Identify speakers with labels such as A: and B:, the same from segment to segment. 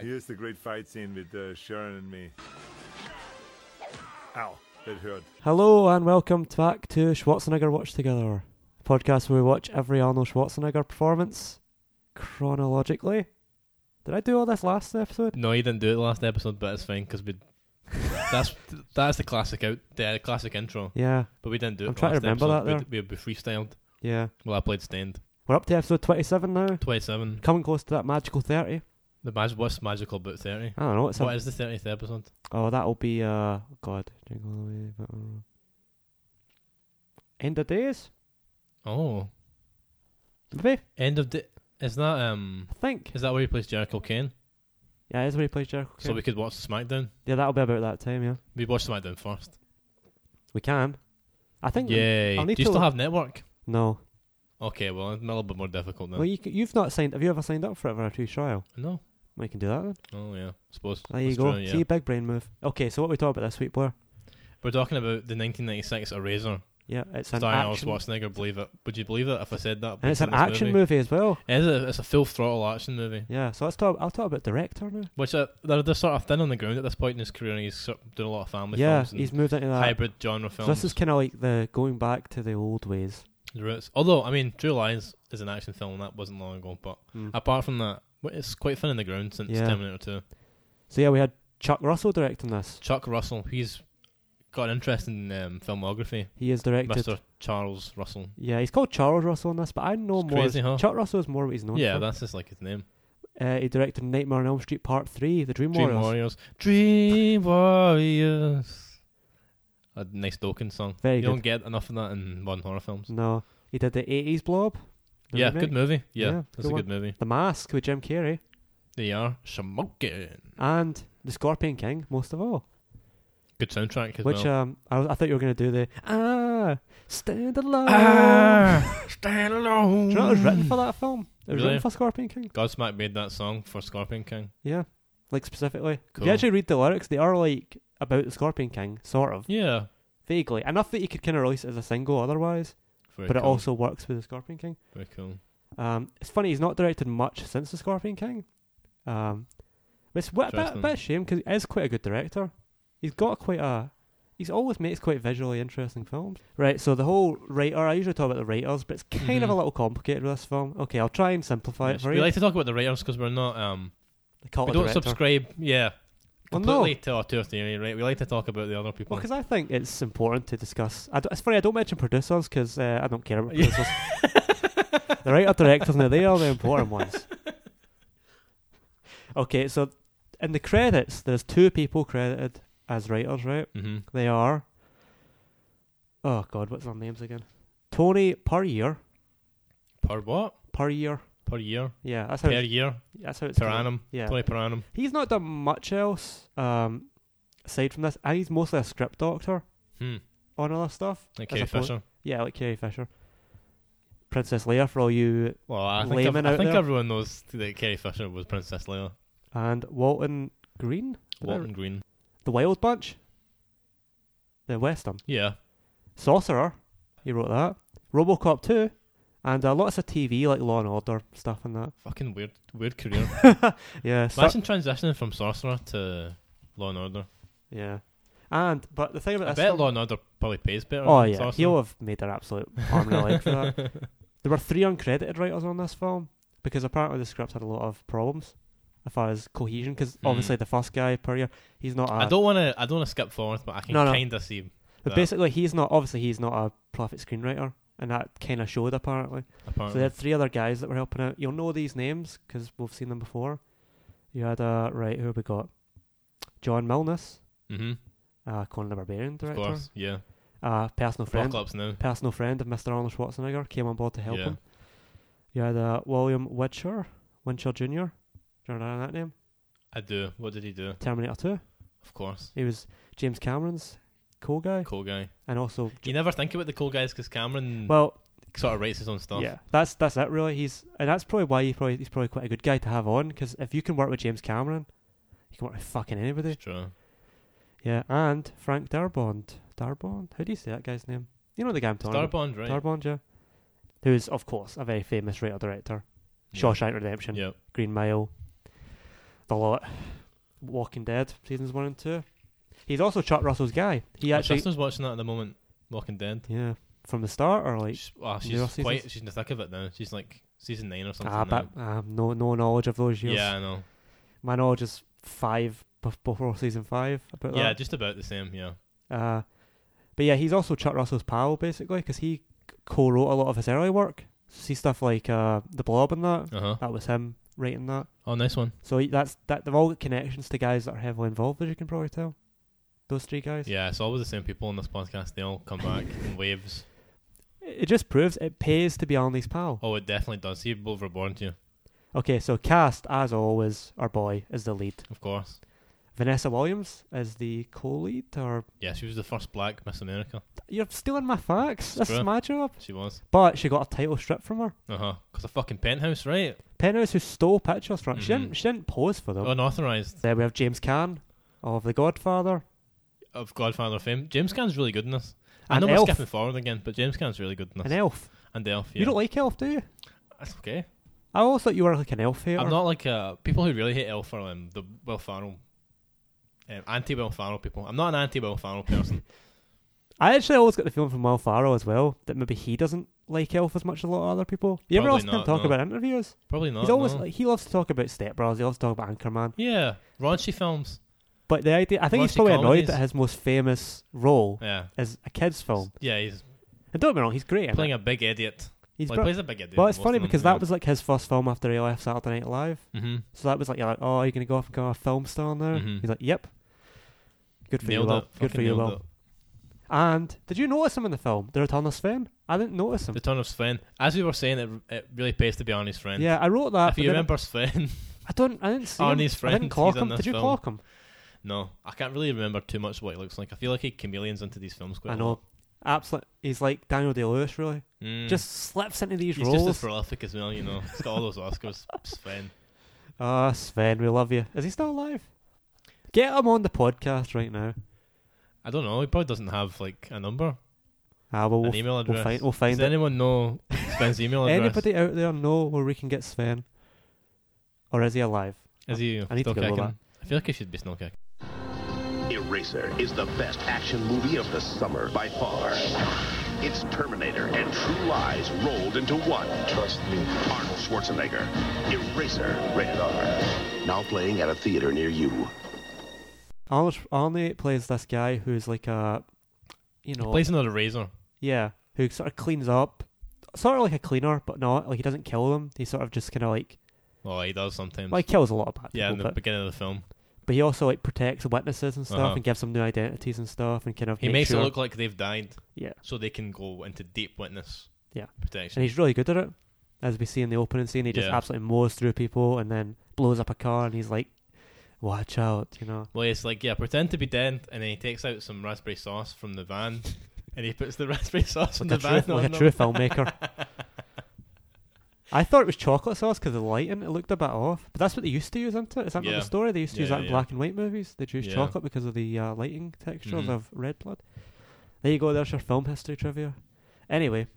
A: Here's the great fight scene with uh, Sharon and me. Ow, that hurt.
B: Hello and welcome t- back to Schwarzenegger Watch Together, a podcast where we watch every Arnold Schwarzenegger performance chronologically. Did I do all this last episode?
C: No, you didn't do it last episode, but it's fine because we. that's that's the classic out the classic intro,
B: Yeah,
C: but we didn't do it.
B: I'm trying to
C: last
B: remember
C: episode.
B: that
C: We, we, we freestyled.
B: yeah.
C: Well, I played stand
B: We're up to episode 27 now,
C: twenty seven.
B: coming close to that magical 30.
C: The mag- what's magical about thirty?
B: I don't know what's
C: What
B: up.
C: is the thirtieth episode?
B: Oh, that'll be, uh, God. Jingle all the way, but, uh, End of days?
C: Oh,
B: Maybe?
C: end of the. Is that um?
B: I think.
C: Is that where he plays Jericho Kane?
B: Yeah, that's where he plays Jericho.
C: So
B: Kane.
C: we could watch SmackDown.
B: yeah, that'll be about that time, yeah.
C: We watched SmackDown first.
B: We can. I think.
C: Yay!
B: I'll
C: Do
B: need
C: you
B: to
C: still
B: look-
C: have network?
B: No.
C: Okay, well, it's a little bit more difficult now.
B: Well, you, c- you've not signed. Have you ever signed up for it for a free trial?
C: no.
B: We can do that then.
C: Oh yeah, suppose.
B: There you
C: That's
B: go.
C: true, yeah.
B: See, big brain move. Okay, so what we talk about this week, Blair?
C: We're talking about the 1996 Eraser,
B: Yeah, it's an
C: starring Arnold
B: action.
C: Schwarzenegger. Believe it? Would you believe it if I said that?
B: And it's
C: based
B: an
C: on this
B: action movie. as well.
C: It is a, it's a full throttle action movie,
B: Yeah, so let's talk. I'll talk about director now.
C: which uh, they're, they're sort of thin on the ground at this point in his career. And he's sort of doing a lot of family
B: yeah,
C: films and
B: he's moved into that.
C: hybrid genre
B: so
C: films.
B: this is kind of like the going back to the old ways.
C: the roots. Although, I mean, True Lies is an action film and that wasn't long ago. But
B: Mm.
C: apart from that, well, it's quite thin on the ground since
B: Yeah.
C: Terminator 2.
B: So yeah, we had Chuck Russell directing this.
C: Chuck Russell, he's got an interesting um, filmography.
B: He is directed.
C: Mister Charles Russell.
B: Yeah, he's called Charles Russell in this, but I know
C: It's
B: more.
C: crazy, huh?
B: Chuck Russell is more what he's known
C: Yeah,
B: for.
C: that's just like his name.
B: Uh, he directed Nightmare on Elm Street Part Three, The Dream,
C: Dream
B: Warriors.
C: Warriors. Dream Warriors. A nice Dokken song.
B: Very
C: you
B: good.
C: don't get enough of that in modern horror films.
B: No, he did the '80s Blob. the
C: yeah,
B: remake.
C: good movie. Yeah,
B: Yeah,
C: that's
B: good
C: a
B: one.
C: good movie.
B: The Mask with Jim Carrey
C: They are smoking.
B: and The Scorpion King, most of all.
C: Good soundtrack as
B: Which
C: well.
B: um, I, was- I thought you were gonna do the ah stand alone.
C: stand alone.
B: Do you know it was written for that film? It was
C: Ah. Really?
B: written for Scorpion King.
C: Godsmack made that song for Scorpion King.
B: Yeah, like specifically. If
C: Cool.
B: you actually read the lyrics, they are like about the Scorpion King, sort of
C: Yeah,
B: vaguely enough that you could kind of release it as a single otherwise,
C: very
B: but it
C: cool.
B: also works with the Scorpion King.
C: very cool.
B: Um, it's funny he's not directed much since the Scorpion King. Um, but it's what, a bit, a
C: Interesting.
B: bit of shame because he is quite a good director. He's got quite a. He's always makes quite visually interesting films. Right, so the whole writer, I usually talk about the writers, but it's kind of a
C: Mhm.
B: little complicated with this film. Okay, I'll try and simplify it
C: Yes,
B: for
C: we
B: you.
C: like to talk about the writers because we're not um
B: the cult
C: we
B: of
C: don't
B: director.
C: subscribe yeah
B: Well,
C: completely
B: no.
C: to our tour theory right. We like to talk about the other people.
B: Well, because I think it's important to discuss. I d- it's funny, I don't mention producers because uh, I don't care about producers. the writer directors, now they are the important ones. Okay, so in the credits, there's two people credited as writers, right?
C: hmm
B: They are. Oh, God, what's their names again? Tony per year.
C: Per what?
B: Per year.
C: Per year?
B: Yeah, that's how
C: Per
B: it's,
C: year?
B: that's how it's
C: Per
B: called.
C: annum?
B: Yeah.
C: Twenty per annum.
B: He's not done much else um, aside from this. And he's mostly a script doctor
C: Hmm.
B: on all this stuff.
C: Like
B: as
C: Carrie
B: opposed-
C: Fisher.
B: Yeah, like Carrie Fisher. Princess Leia for all you
C: Well, I think,
B: Layman
C: ev- I
B: out
C: think
B: there.
C: everyone knows that Carrie Fisher was Princess Leia.
B: and Walton Green, Did I-
C: Walton Green.
B: the Wild Bunch, the Western
C: Yeah.
B: Sorcerer. He wrote that. RoboCop two, and uh, lots of TV like Law and Order stuff and that.
C: Fucking weird, weird career.
B: Yeah, so,
C: Imagine transitioning from Sorcerer to Law and Order.
B: yeah. And but the thing
C: I
B: about this,
C: bet
B: film-
C: Law and Order probably pays better.
B: oh
C: than
B: yeah,
C: Sorcerer.
B: he'll have made an absolute arm and a leg for that. There were three uncredited writers on this film because apparently the script had a lot of problems as far as cohesion. Because
C: Hmm.
B: obviously the first guy per year, he's not. A,
C: I don't want to. I don't want to skip forward, but I can
B: No, no.
C: kind of see.
B: But
C: that,
B: basically, he's not obviously he's not a profit screenwriter, and that kind of showed apparently. So
C: Apparently.
B: they had three other guys that were helping out. You'll know these names because we've seen them before. You had uh, right who have we got? John Milnes,
C: mm-hmm.
B: uh, Conan the Barbarian
C: Of
B: director,
C: course. Yeah.
B: uh, personal friend,
C: Rock ups now.
B: personal friend of Mr. Arnold Schwarzenegger came on board to help
C: Yeah.
B: him. You had uh, William Witcher, Winchell Jr. Do you remember that name?
C: I do. What did he do?
B: Terminator Two.
C: Of course.
B: He was James Cameron's cool guy,
C: Cool guy.
B: and also
C: You never think about the cool guys because Cameron
B: well,
C: sort of writes his own stuff.
B: Yeah, that's that's it really. He's and that's probably why he probably he's probably quite a good guy to have on because if you can work with James Cameron, you can work with fucking anybody.
C: It's true.
B: Yeah, and Frank Darabont. Darabont, how do you say that guy's name? You know the guy I'm talking
C: Star
B: about.
C: Bond, right?
B: Darabont, yeah. Who's of course a very famous writer director.
C: Yeah.
B: Shawshank Redemption,
C: Yeah.
B: Green Mile. the lot. Walking Dead seasons one and two. He's also Chuck Russell's guy. He
C: My
B: actually,
C: sister's watching that at the moment. Walking Dead.
B: yeah, from the start or like
C: She's, ah,
B: newer
C: she's quite.
B: seasons?
C: She's in the thick of it now. She's like season nine or something.
B: ah,
C: now.
B: but um, no, no knowledge of those years.
C: yeah, I know.
B: my knowledge is five bef- before season five about
C: Yeah,
B: that.
C: just about the same. Yeah,
B: Uh, but yeah, he's also Chuck Russell's pal basically because he co-wrote a lot of his early work. See stuff like uh, the Blob and that.
C: uh huh.
B: That was him writing that.
C: Oh, nice one.
B: So he- that's that. They've all got connections to guys that are heavily involved, as you can probably tell. Those three guys.
C: Yeah, it's always the same people on this podcast. They all come back in waves.
B: It it just proves it pays to be Arnie's pal.
C: Oh, it definitely does. See, both were born to you,
B: Okay, so cast as always, our boy is the lead.
C: of course.
B: Vanessa Williams is the co-lead, or
C: Yeah, she was the first black Miss America.
B: you're stealing my facts. This is
C: Screw it.
B: my job.
C: She was.
B: But she got a title stripped from her.
C: Uh huh. Because of fucking penthouse, right?
B: Penrose who stole pictures from her. She
C: Mhm.
B: didn't. She didn't pose for them.
C: Unauthorized
B: Then we have James Caan of The Godfather.
C: of Godfather fame. James Caan's really good in this. I
B: And
C: know
B: Elf.
C: we're skipping forward again, but James Caan's really good in
B: An
C: this.
B: elf.
C: And Elf, yeah.
B: You don't like elf, do you?
C: That's okay.
B: I always thought you were like an elf hater.
C: I'm not like uh, people who really hate Elf or um, the Will Farrell, um, anti Will Farrell people. I'm not an anti Will Farrell person.
B: I actually always got the feeling from Will Farrell as well that maybe he doesn't like Elf as much as a lot of other people. You ever
C: Probably
B: listen to him
C: not,
B: talk
C: no.
B: about interviews?
C: Probably not.
B: He's always
C: no.
B: like, he loves to talk about Step Brothers. He loves to talk about Anchorman.
C: yeah, raunchy films.
B: But the idea, I think he's
C: Raunchy
B: probably annoyed
C: comedies.
B: that his most famous role
C: Yeah,
B: is a kids' film.
C: yeah. He's
B: And don't get me wrong, he's great. in
C: playing
B: it.
C: a big idiot.
B: He's
C: Well,
B: br-
C: he plays a big idiot.
B: well, it's funny because that was like his first film after he left Saturday Night Live.
C: hmm
B: So that was like, you're like, oh, you're gonna go off and become a film star now.
C: Mhm.
B: He's like, yep. Good for
C: nailed
B: you,
C: it.
B: Will. Good for
C: Fucking
B: you,
C: nailed
B: Will. And did you notice him in the film, The Return of Sven? I didn't notice
C: it.
B: him.
C: The turn of Sven. As we were saying, it, it really pays to be on his friend.
B: yeah, I wrote that.
C: if
B: but
C: you
B: then I-
C: remember Sven,
B: I don't. I didn't see him.
C: Arnie's
B: I didn't
C: friend,
B: clock
C: he's in
B: him.
C: this
B: Did you
C: film.
B: clock him?
C: no, I can't really remember too much what he looks like. I feel like he chameleons into these films quite.
B: I
C: a lot.
B: know. Absolutely. He's like Daniel Day Lewis, really.
C: Mm.
B: Just slips into these
C: he's just as
B: roles.
C: prolific as well. You know, he's got all those Oscars. Sven.
B: Ah, Sven, we love you. Is he still alive? Get him on the podcast right now.
C: I don't know. He probably doesn't have like a number,
B: Ah, well, we'll,
C: an email
B: we'll
C: address.
B: find. We'll
C: Does
B: find it.
C: anyone know Sven's email address?
B: Anybody out there know where we can get Sven? Or is he alive?
C: Is he
B: I need to
C: still
B: go with
C: kicking?
B: that.
C: I feel like he should be still kicking.
D: Eraser is the best action movie of the summer by far. It's Terminator and True Lies rolled into one. Trust me. Arnold Schwarzenegger. Eraser. Rated R. Now playing at a theater near you.
B: Arnold Sch- Arnie plays this guy who's like a, you know,
C: He plays another razor.
B: yeah, who sort of cleans up, sort of like a cleaner, but not like he doesn't kill them. He sort of just kind of like,
C: Oh, he does sometimes.
B: well, he kills a lot of bad
C: yeah, in
B: people,
C: the
B: but,
C: beginning of the film,
B: but he also like protects witnesses and stuff
C: Uh-huh.
B: and gives them new identities and stuff and kind of
C: he
B: makes
C: makes
B: sure-
C: it look like they've died,
B: yeah,
C: so they can go into deep witness.
B: Yeah.
C: protection.
B: and he's really good at it. As we see in the opening scene, he just
C: Yeah.
B: absolutely mows through people and then blows up a car, and he's like, "Watch out," you know.
C: Well, it's like, yeah, pretend to be dead, and then he takes out some raspberry sauce from the van, and he puts the raspberry sauce in
B: like
C: the
B: a
C: van.
B: true,
C: on
B: like a
C: them.
B: true filmmaker. I thought it was chocolate sauce because the lighting it looked a bit off, but that's what they used to use, isn't it? Is that not
C: Yeah.
B: the story? They used to use
C: Yeah,
B: that in
C: yeah.
B: black and white movies. They used
C: Yeah.
B: chocolate because of the uh, lighting textures
C: Mhm.
B: of red blood. There you go. There's your film history trivia. Anyway,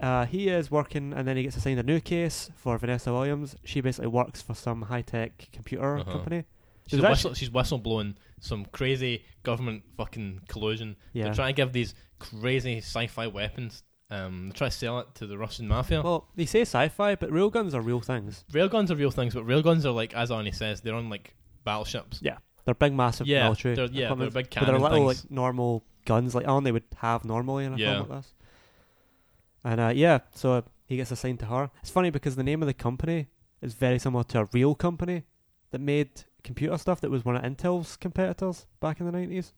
B: uh, he is working, and then he gets assigned a new case for Vanessa Williams. She basically works for some high tech computer
C: Uh-huh.
B: company.
C: She's,
B: There's actu-
C: whistle, she's whistleblowing some crazy government fucking collusion.
B: Yeah.
C: They're trying to give these crazy sci-fi weapons. Um, they try to sell it to the Russian mafia.
B: Well, they say sci-fi, but real guns are real things.
C: railguns are real things, but railguns are like, as Arnie says, they're on like battleships.
B: Yeah, they're big, massive
C: Yeah,
B: military.
C: they're- yeah,
B: equipment,
C: they're big
B: But they're
C: cannon
B: little
C: things.
B: like normal guns, like on they would have normally in a
C: Yeah.
B: film like this. And uh, yeah, so uh, he gets assigned to her. It's funny because the name of the company is very similar to a real company that made computer stuff that was one of Intel's competitors back in the nineties,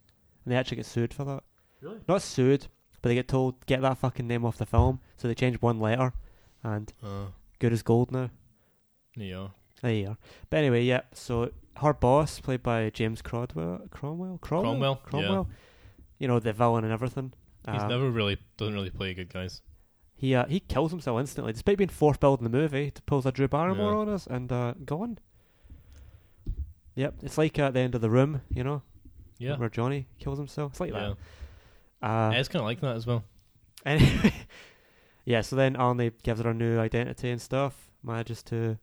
B: and they actually get sued for that.
C: Really?
B: Not sued, but they get told get that fucking name off the film, so they changed one letter, and
C: Uh,
B: good as gold now.
C: yeah.
B: There you are. But anyway, yeah. So her boss, played by James Crodwell, Cromwell, Cromwell,
C: Cromwell,
B: Cromwell. You know the villain and everything.
C: He's
B: Uh,
C: never really doesn't really play good guys.
B: he uh, he kills himself instantly, despite being force billed in the movie. He pulls a Drew Barrymore
C: Yeah.
B: on us and uh, gone. Yep, it's like at the end of the room, you know,
C: Yeah.
B: where Johnny kills himself. It's like
C: yeah.
B: that. Uh,
C: It's kind of like that as well.
B: Anyway, yeah. So then Arnie gives her a new identity and stuff. Manages to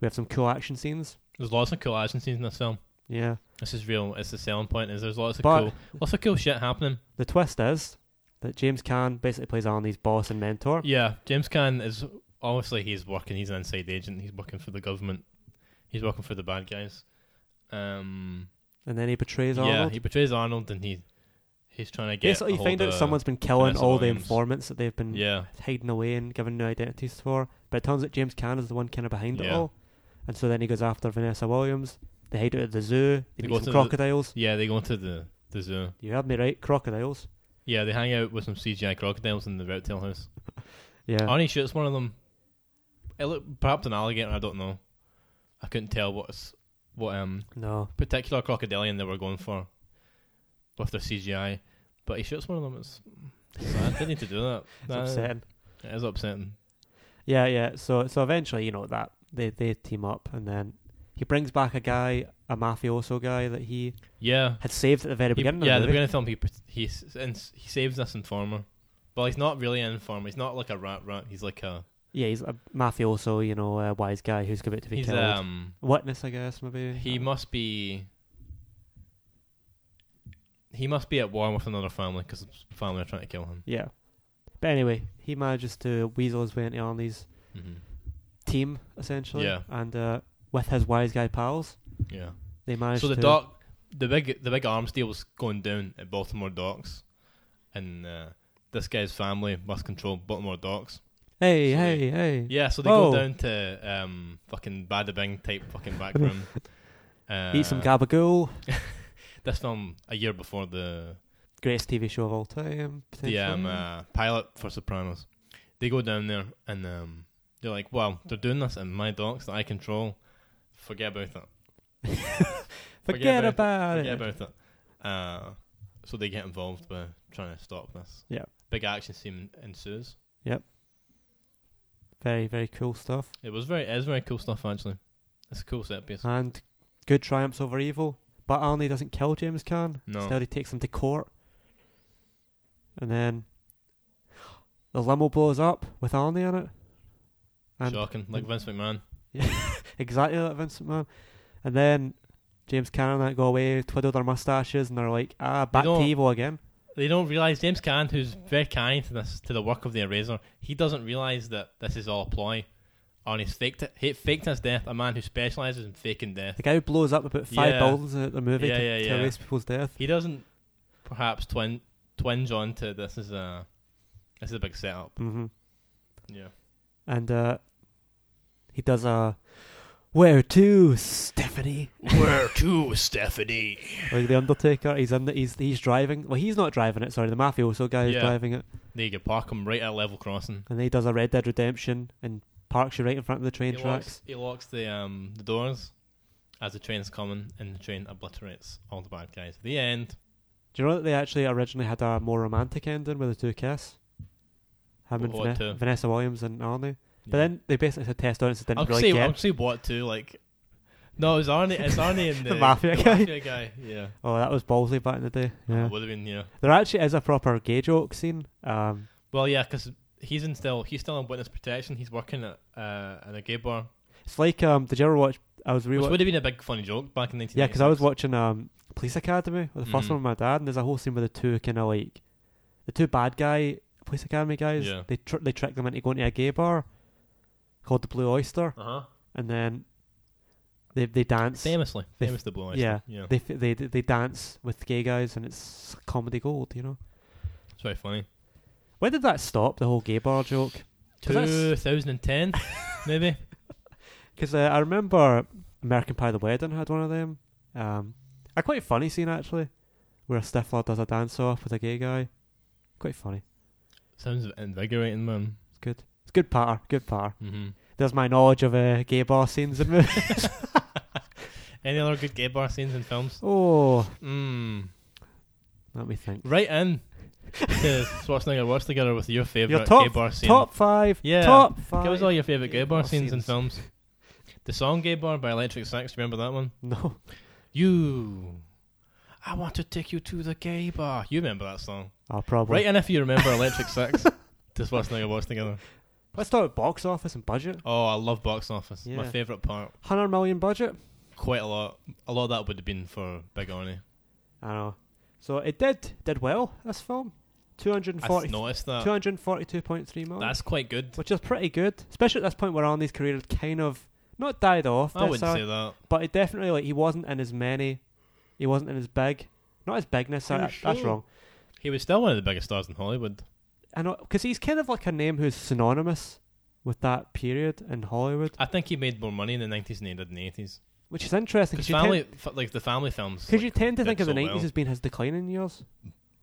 B: we have some cool action scenes.
C: There's lots of cool action scenes in this film.
B: Yeah.
C: This is real. It's the selling point. Is there's lots of
B: But-
C: cool, lots of cool shit happening.
B: The twist is that James Caan basically plays Arnie's boss and mentor.
C: Yeah, James Caan is obviously he's working. He's an inside agent. He's working for the government. He's working for the bad guys. Um,
B: And then he betrays
C: yeah,
B: Arnold.
C: he betrays Arnold, and he he's trying to get.
B: Basically,
C: a
B: you
C: hold
B: find out
C: of-
B: someone's been killing
C: Vanessa
B: all the
C: Williams.
B: informants that they've been
C: Yeah,
B: hiding away and giving new identities for. But it turns out James Caan is the one kind of behind it
C: Yeah.
B: all. And so then he goes after Vanessa Williams. They hide out at the zoo. They,
C: They go
B: meet
C: to
B: some
C: the-
B: crocodiles.
C: yeah, they go into the the zoo.
B: You heard me right, crocodiles.
C: Yeah, they hang out with some CGI crocodiles in the reptile house.
B: Yeah.
C: Arnie shoots one of them. It looked perhaps an alligator. I don't know. I couldn't tell what's what um
B: no.
C: particular crocodilian they were going for with their CGI, but he shoots one of them. It's sad. They need to do that.
B: It's
C: That-
B: upsetting.
C: It is upsetting.
B: Yeah, yeah. So so eventually, you know that they they team up, and then he brings back a guy, a mafioso guy that he
C: Yeah.
B: had saved at the very
C: He-
B: beginning.
C: yeah,
B: of
C: the
B: the
C: beginning of the film, he pr- he s- ins- he saves this informer, but he's not really an informer. He's not like a rat rat. He's like a
B: Yeah, he's a mafioso, you know, a wise guy who's about to be
C: he's
B: killed.
C: um
B: Witness, I guess, maybe.
C: he must be he must be at war with another family because family are trying to kill him.
B: Yeah. But anyway, he manages to weasel his way into Arnie's
C: hmm
B: team, essentially.
C: Yeah.
B: And uh, with his wise guy pals,
C: Yeah.
B: they manage
C: So the
B: to.
C: dock, the big, the big arms deal was going down at Baltimore docks, and uh, this guy's family must control Baltimore docks.
B: hey,
C: so
B: hey,
C: they-
B: hey.
C: Yeah, so they
B: Oh.
C: go down to um, fucking Bada Bing type fucking back room. Uh,
B: Eat some gabagool.
C: This film a year before the
B: Greatest TV show of all time.
C: the um,
B: potentially.
C: uh, pilot for Sopranos. They go down there and um, they're like, "Wow, they're doing this in my docks that I control. Forget about that."
B: Forget
C: about
B: about it.
C: Yeah, about it. Uh, so they get involved by trying to stop this.
B: Yeah.
C: Big action scene ensues.
B: Very, very cool stuff.
C: It was very, it is very cool stuff actually. It's a cool set piece.
B: And good triumphs over evil. But Arnie doesn't kill James Caan.
C: No.
B: Instead, he takes him to court. And then the limo blows up with Arnie in it. And
C: Shocking, like Vince McMahon.
B: exactly like Vincent Man. And then James Caan and that go away, twiddle their mustaches, and they're like, ah, back to
C: don't-
B: evil again.
C: They don't realize James Caan, who's very kind to this, to the work of the Eraser, he doesn't realize that this is all a ploy. And he's faked it. He faked his death. A man who specializes in faking death.
B: The guy who blows up about five
C: Yeah.
B: buildings at the movie
C: Yeah,
B: to,
C: yeah,
B: to
C: yeah.
B: erase people's death.
C: He doesn't, perhaps, twin twinge onto this is a, this is a big setup.
B: hmm
C: Yeah.
B: And uh, he does a, where to, Stephanie?
C: Where to, Stephanie?
B: like the Undertaker, he's in the, he's he's driving. Well, he's not driving it. Sorry, the mafioso guy is
C: Yeah.
B: driving it,
C: There you go, park him right at a level crossing.
B: and he does a Red Dead Redemption and parks you right in front of the train
C: he
B: tracks.
C: Locks, he locks the um the doors as the train's coming, and the train obliterates all the bad guys. The end.
B: Do you know that they actually originally had a more romantic ending with the two kiss? Him and
C: What
B: Vane-
C: two?
B: Vanessa Williams and Arnie. But then they basically said test audiences didn't
C: I'll
B: really
C: say
B: get.
C: I'll say what too. Like, no, it's Arnie. It's Arnie and
B: The
C: the,
B: mafia guy.
C: mafia Oh, guy. Yeah.
B: Oh, that was ballsy back in the day.
C: yeah.
B: Yeah,
C: Would have been yeah.
B: there actually is a proper gay joke scene. Um,
C: Well, yeah, because he's in still he's still in witness protection. He's working at uh in a gay bar,
B: it's like um, did you ever watch? I was
C: which
B: rewatching.
C: would have been a big funny joke back in nineteen.
B: Yeah, because I was watching um, Police Academy, the first
C: Mhm.
B: one with my dad, and there's a whole scene with the two kind of like the two bad guy Police Academy guys.
C: Yeah.
B: They tr- they trick them into going to a gay bar called the Blue Oyster,
C: Uh huh.
B: and then they they dance.
C: Famously,
B: They-
C: famous the blow.
B: yeah.
C: yeah.
B: They, f- they they dance with gay guys, and it's comedy gold. You know.
C: It's very funny.
B: When did that stop? The whole gay bar joke. Cause that's-
C: Two thousand and ten, maybe.
B: Because uh, I remember American Pie: The Wedding had one of them. Um, a quite funny scene actually, where a Stifler does a dance off with a gay guy. Quite funny.
C: Sounds invigorating, man.
B: It's good. It's good par. Good par.
C: Mm-hmm.
B: There's my knowledge of uh, gay bar scenes and movies.
C: Any other good gay bar scenes in films?
B: oh,
C: Mm.
B: let me think.
C: Right in to Schwarzenegger Watch Together with your favourite
B: Your top-
C: gay bar scene.
B: Top five.
C: Yeah.
B: Top five.
C: Give us all your favourite gay bar scenes in
B: film.
C: films. The song Gay Bar by Electric Six, remember that one?
B: No.
C: You. I want to take you to the gay bar. You remember that song.
B: Oh, probably.
C: Right uh, in if you remember Electric Six to Schwarzenegger Watch Together.
B: Let's talk box office and budget.
C: Oh, I love box office.
B: Yeah.
C: My favourite part.
B: Hundred million budget.
C: quite a lot. A lot of that would have been for Big Arnie.
B: I know. So it did did well. This film, two hundred and
C: I
B: forty, two
C: noticed that.
B: hundred forty-two point three million,
C: That's quite good.
B: which is pretty good, especially at this point where Arnie's career had kind of not died off.
C: I wouldn't
B: that's
C: say that.
B: But it definitely like he wasn't in as many. He wasn't in as big. Not as bigness. Sorry,
C: Are you
B: that- that's
C: sure?
B: wrong.
C: He was still one of the biggest stars in Hollywood.
B: I know because he's kind of like a name who's synonymous with that period in Hollywood,
C: I think he made more money in the nineties than he did in the eighties.
B: which is interesting.
C: Because
B: you tend-
C: family, f- like the family films,
B: Because
C: like,
B: you tend to
C: did
B: think of the
C: so
B: 90s
C: well.
B: as being his declining years.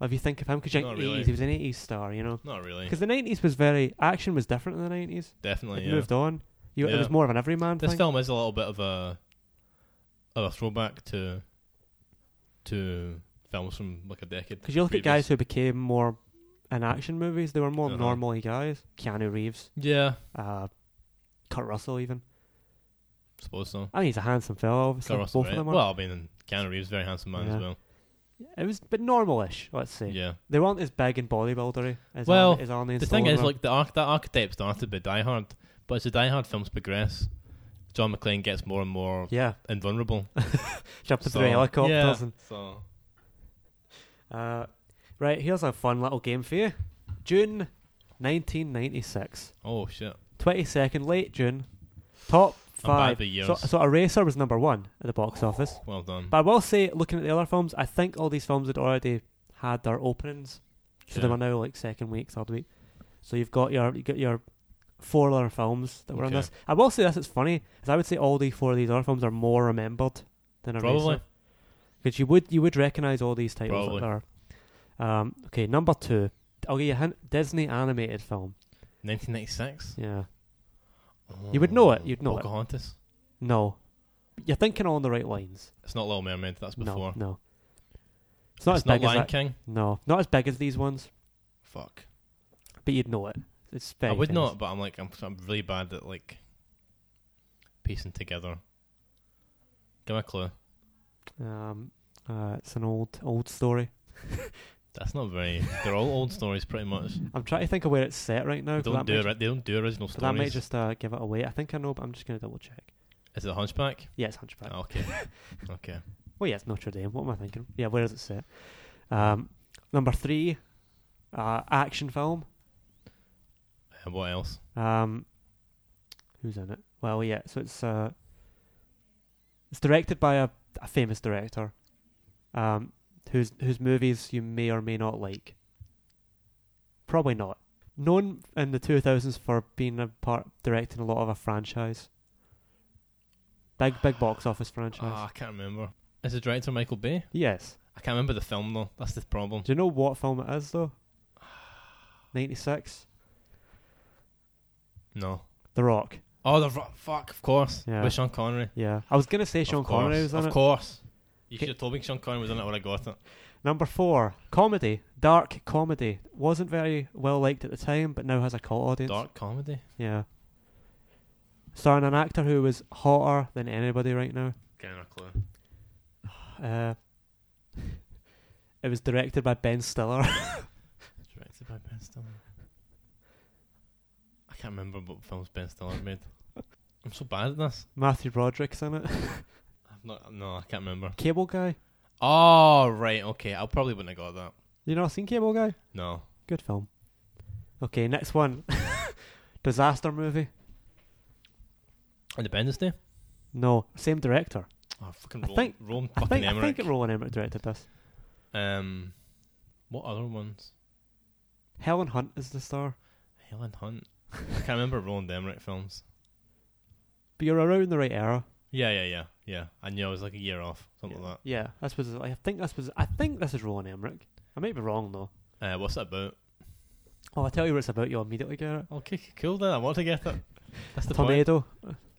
B: If you think of him, because you're
C: Not
B: like 80s,
C: really.
B: he was an 80s star, you know?
C: not really.
B: Because the 90s was very. Action was different in the 90s.
C: Definitely,
B: It
C: yeah.
B: moved on. You, It
C: Yeah.
B: was more of an everyman
C: This
B: thing.
C: film is a little bit of a of a throwback to to films from like a decade.
B: Because you look at
C: previous.
B: guys who became more in action movies, they were more
C: Uh-huh.
B: normally guys. Keanu Reeves,
C: Yeah,
B: uh, Kurt Russell, even.
C: suppose so.
B: I mean, he's a handsome fellow, obviously.
C: Kurt Russell,
B: Both
C: right?
B: of them are.
C: Well, I mean, Keanu Reeves very handsome man
B: Yeah.
C: as well.
B: it was, but normalish, let's say.
C: Yeah.
B: They weren't as big and bodybuildery as
C: Well,
B: Arnie, as Arnie and
C: The thing
B: Stallone
C: is,
B: were.
C: like the arc, that archetype started by Die Hard, but as the Die Hard films progress, John McClane gets more and more
B: Yeah,
C: invulnerable.
B: jumping
C: So,
B: through helicopters
C: yeah,
B: and
C: so
B: Uh, right, here's a fun little game for you. June 1996.
C: oh shit,
B: 22nd, late June. Top
C: I'm bad
B: five.
C: with years.
B: So, so Eraser was number one at the box office.
C: well done.
B: But I will say, looking at the other films, I think all these films had already had their openings. So they
C: Yeah.
B: were now like second week, third week. So you've got your you got your four other films that were on
C: Okay.
B: this. I will say this, it's funny, because I would say all the four of these other films are more remembered than Eraser.
C: Probably.
B: Because you would you would recognise all these titles
C: Probably.
B: that are. Um, okay, number two. I'll give you a hint. Disney animated film.
C: 1996.
B: Yeah. You would know it, you'd know it.
C: Pocahontas.
B: No. You're thinking on the right lines.
C: It's not Little Mermaid. That's before.
B: No, no. It's not
C: it's
B: as
C: not
B: big
C: Lion
B: as that.
C: King.
B: No, not as big as these ones,
C: Fuck.
B: but you'd know it. It's very
C: I would
B: famous.
C: not, but I'm like I'm, I'm really bad at like piecing together. Give me a clue.
B: Um, uh, it's an old old story.
C: That's not very. They're all old stories, pretty much.
B: I'm trying to think of where it's set right now.
C: They
B: 'cause that
C: don't do
B: might,
C: ori- they don't do original
B: but that might
C: stories.
B: just uh, give it away. I think I know, but I'm just gonna double check.
C: Is it Hunchback?
B: Yeah, it's Hunchback.
C: Ah, Okay. okay.
B: Well, yeah, it's Notre Dame. What am I thinking? Yeah, where is it set? Um, number three, uh, action film.
C: And Uh, what else?
B: Um, who's in it? Well, yeah, so it's uh, it's directed by a, a famous director, um, whose whose movies you may or may not like. Probably not. Known in the two thousands for being a part directing a lot of a franchise. Big big box office franchise.
C: Ah, I can't remember. Is the director Michael Bay?
B: yes.
C: I can't remember the film though. That's the problem.
B: Do you know what film it is though? Ninety six.
C: No.
B: The Rock.
C: Oh, the Ro- fuck. Of course.
B: Yeah.
C: With Sean Connery.
B: Yeah. I was gonna say Sean
C: of course.
B: Connery was in
C: of
B: it.
C: course. You
B: K-
C: should have told me Sean Connery was in it. I would have got it.
B: Number four, comedy, dark comedy. Wasn't very well liked at the time, but now has a cult audience.
C: Dark comedy.
B: Yeah. Starring an actor who is hotter than anybody right now.
C: Getting a clue.
B: Uh, it was directed by Ben Stiller.
C: Directed by Ben Stiller. I can't remember what films Ben Stiller made. I'm so bad at this.
B: Matthew Broderick's in it.
C: I've not. No, I can't remember.
B: Cable Guy.
C: Oh right, okay. I probably wouldn't have got that.
B: You not seen Cable Guy?
C: No.
B: Good film. Okay, next one. Disaster movie.
C: Independence Day.
B: No, same director.
C: Oh, fucking
B: I
C: Ro-
B: think-
C: Rome
B: I
C: fucking
B: think, I
C: Emmerich.
B: think Roland Emmerich directed this.
C: um, what other ones?
B: Helen Hunt is the star.
C: Helen Hunt. I can't remember Roland Emmerich films.
B: But you're around the right era.
C: Yeah, yeah, yeah, yeah. I knew I was like a year off, something like
B: Yeah, this was. I think this was. I think this is Roland Emmerich. I might be wrong though.
C: that. Uh, what's that about?
B: Oh, I'll tell you what it's about. You'll immediately get it.
C: Okay, c- cool then. I want to get it. That's the point.
B: Tornado.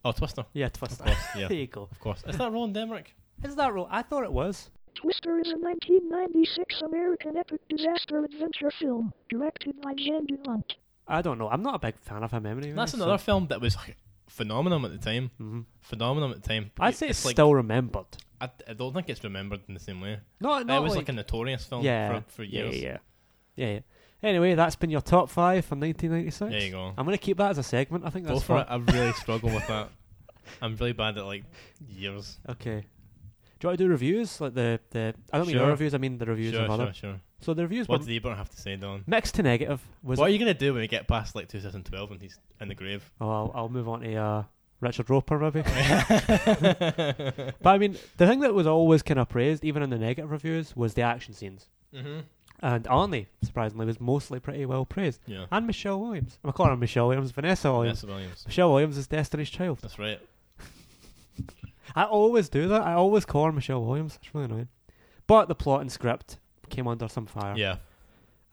C: Oh, Twister.
B: Yeah, twist.
C: Of course,
B: There
C: yeah,
B: you go.
C: of course. Is that Roland Emmerich?
B: Is that Roland? I thought it was.
E: Twister is a 1996 American epic disaster adventure film directed by Jan DuLont.
B: I don't know. I'm not a big fan of him anyway.
C: That's another film that was like, phenomenon at the time.
B: hmm
C: Phenomenon at the time.
B: I'd say it's,
C: like
B: still remembered.
C: I, I don't think it's remembered in the same way.
B: Not,
C: That
B: not
C: it was
B: like,
C: like, a notorious film
B: yeah,
C: for, for
B: yeah,
C: years.
B: Yeah, yeah, yeah, yeah. Anyway, that's been your top five from 1996.
C: There you go.
B: I'm gonna keep that as a segment. I think
C: Go
B: that's
C: for
B: fun.
C: it. I really struggle with that. I'm really bad at like years.
B: Okay. Do you want to do reviews? Like the, the I don't mean our
C: Sure.
B: reviews. I mean the reviews
C: sure,
B: of other.
C: sure, sure.
B: So the reviews
C: What
B: were
C: did Ebert have to say, Don?
B: mixed to negative. Was
C: What are you gonna do when we get past like 2012 and he's in the grave?
B: oh, I'll, I'll move on to uh, Richard Roper maybe.
C: Mm-hmm.
B: but I mean, the thing that was always kind of praised, even in the negative reviews, was the action scenes.
C: mm-hmm.
B: And Arnie, surprisingly, was mostly pretty well praised.
C: Yeah.
B: And Michelle Williams. I'm calling her Michelle Williams, Vanessa Williams.
C: Vanessa Williams.
B: Michelle Williams is Destiny's Child.
C: That's right.
B: I always do that. I always call her Michelle Williams. It's really annoying. But the plot and script came under some fire.
C: Yeah.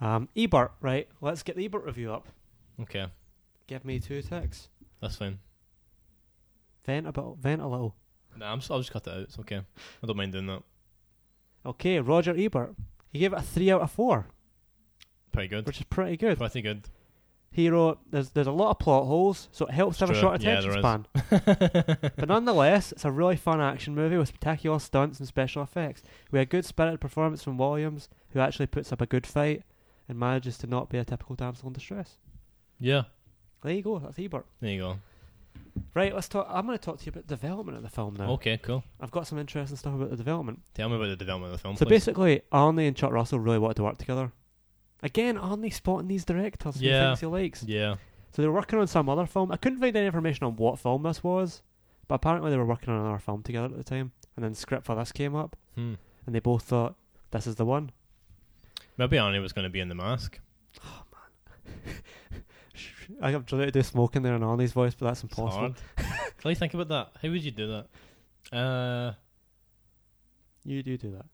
B: Um, Ebert, right? Let's get the Ebert review up.
C: Okay.
B: Give me two ticks.
C: That's fine.
B: Vent a bit, vent a little.
C: Nah, I'm just, I'll just cut it out. It's okay. I don't mind doing that.
B: Okay, Roger Ebert. He gave it a three out of four,
C: Pretty good.
B: which is pretty good.
C: Pretty good.
B: He wrote, "There's there's a lot of plot holes, so it helps to have a
C: True.
B: short
C: Yeah,
B: attention
C: there is.
B: span. but nonetheless, it's a really fun action movie with spectacular stunts and special effects. We had a good spirited performance from Williams, who actually puts up a good fight and manages to not be a typical damsel in distress.
C: Yeah.
B: There you go. That's Ebert.
C: There you go.
B: Right, let's talk. I'm going to talk to you about development of the film now.
C: Okay. Cool.
B: I've got some interesting stuff about the development.
C: Tell me about the development of the film.
B: So
C: please.
B: basically, Arnie and Chuck Russell really wanted to work together. Again, Arnie spotting these directors who he
C: Yeah.
B: thinks he likes.
C: Yeah.
B: So they were working on some other film. I couldn't find any information on what film this was, but apparently they were working on another film together at the time. And then the script for this came up,
C: Hmm.
B: and they both thought, "This is the one."
C: Maybe Arnie was going to be in the mask.
B: Sh- I got trying to do smoke in there in Arnie's voice, but that's
C: It's
B: impossible.
C: hard. Really think about that. How would you do that? Uh,
B: You do do that.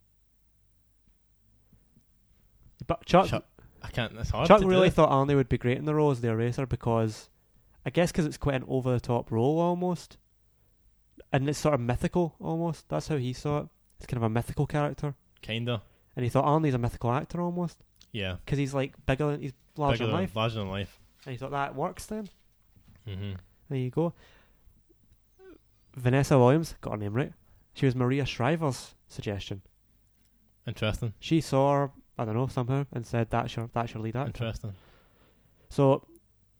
B: But Chuck,
C: Chuck- I can't. That's hard.
B: Chuck
C: to do
B: really
C: it.
B: thought Arnie would be great in the role as the eraser because, I guess, because it's quite an over the top role almost, and it's sort of mythical almost. That's how he saw it. It's kind of a mythical character,
C: Kinda.
B: and he thought Arnie's a mythical actor almost
C: Yeah.
B: because he's like bigger than he's larger
C: Bigger
B: than
C: than-
B: life,
C: Larger than life.
B: and he thought that works. Then
C: Mm-hmm.
B: there you go. Vanessa Williams got her name right. She was Maria Shriver's suggestion.
C: Interesting.
B: She saw her, I don't know somehow and said that's your that's your lead actor.
C: Interesting.
B: So,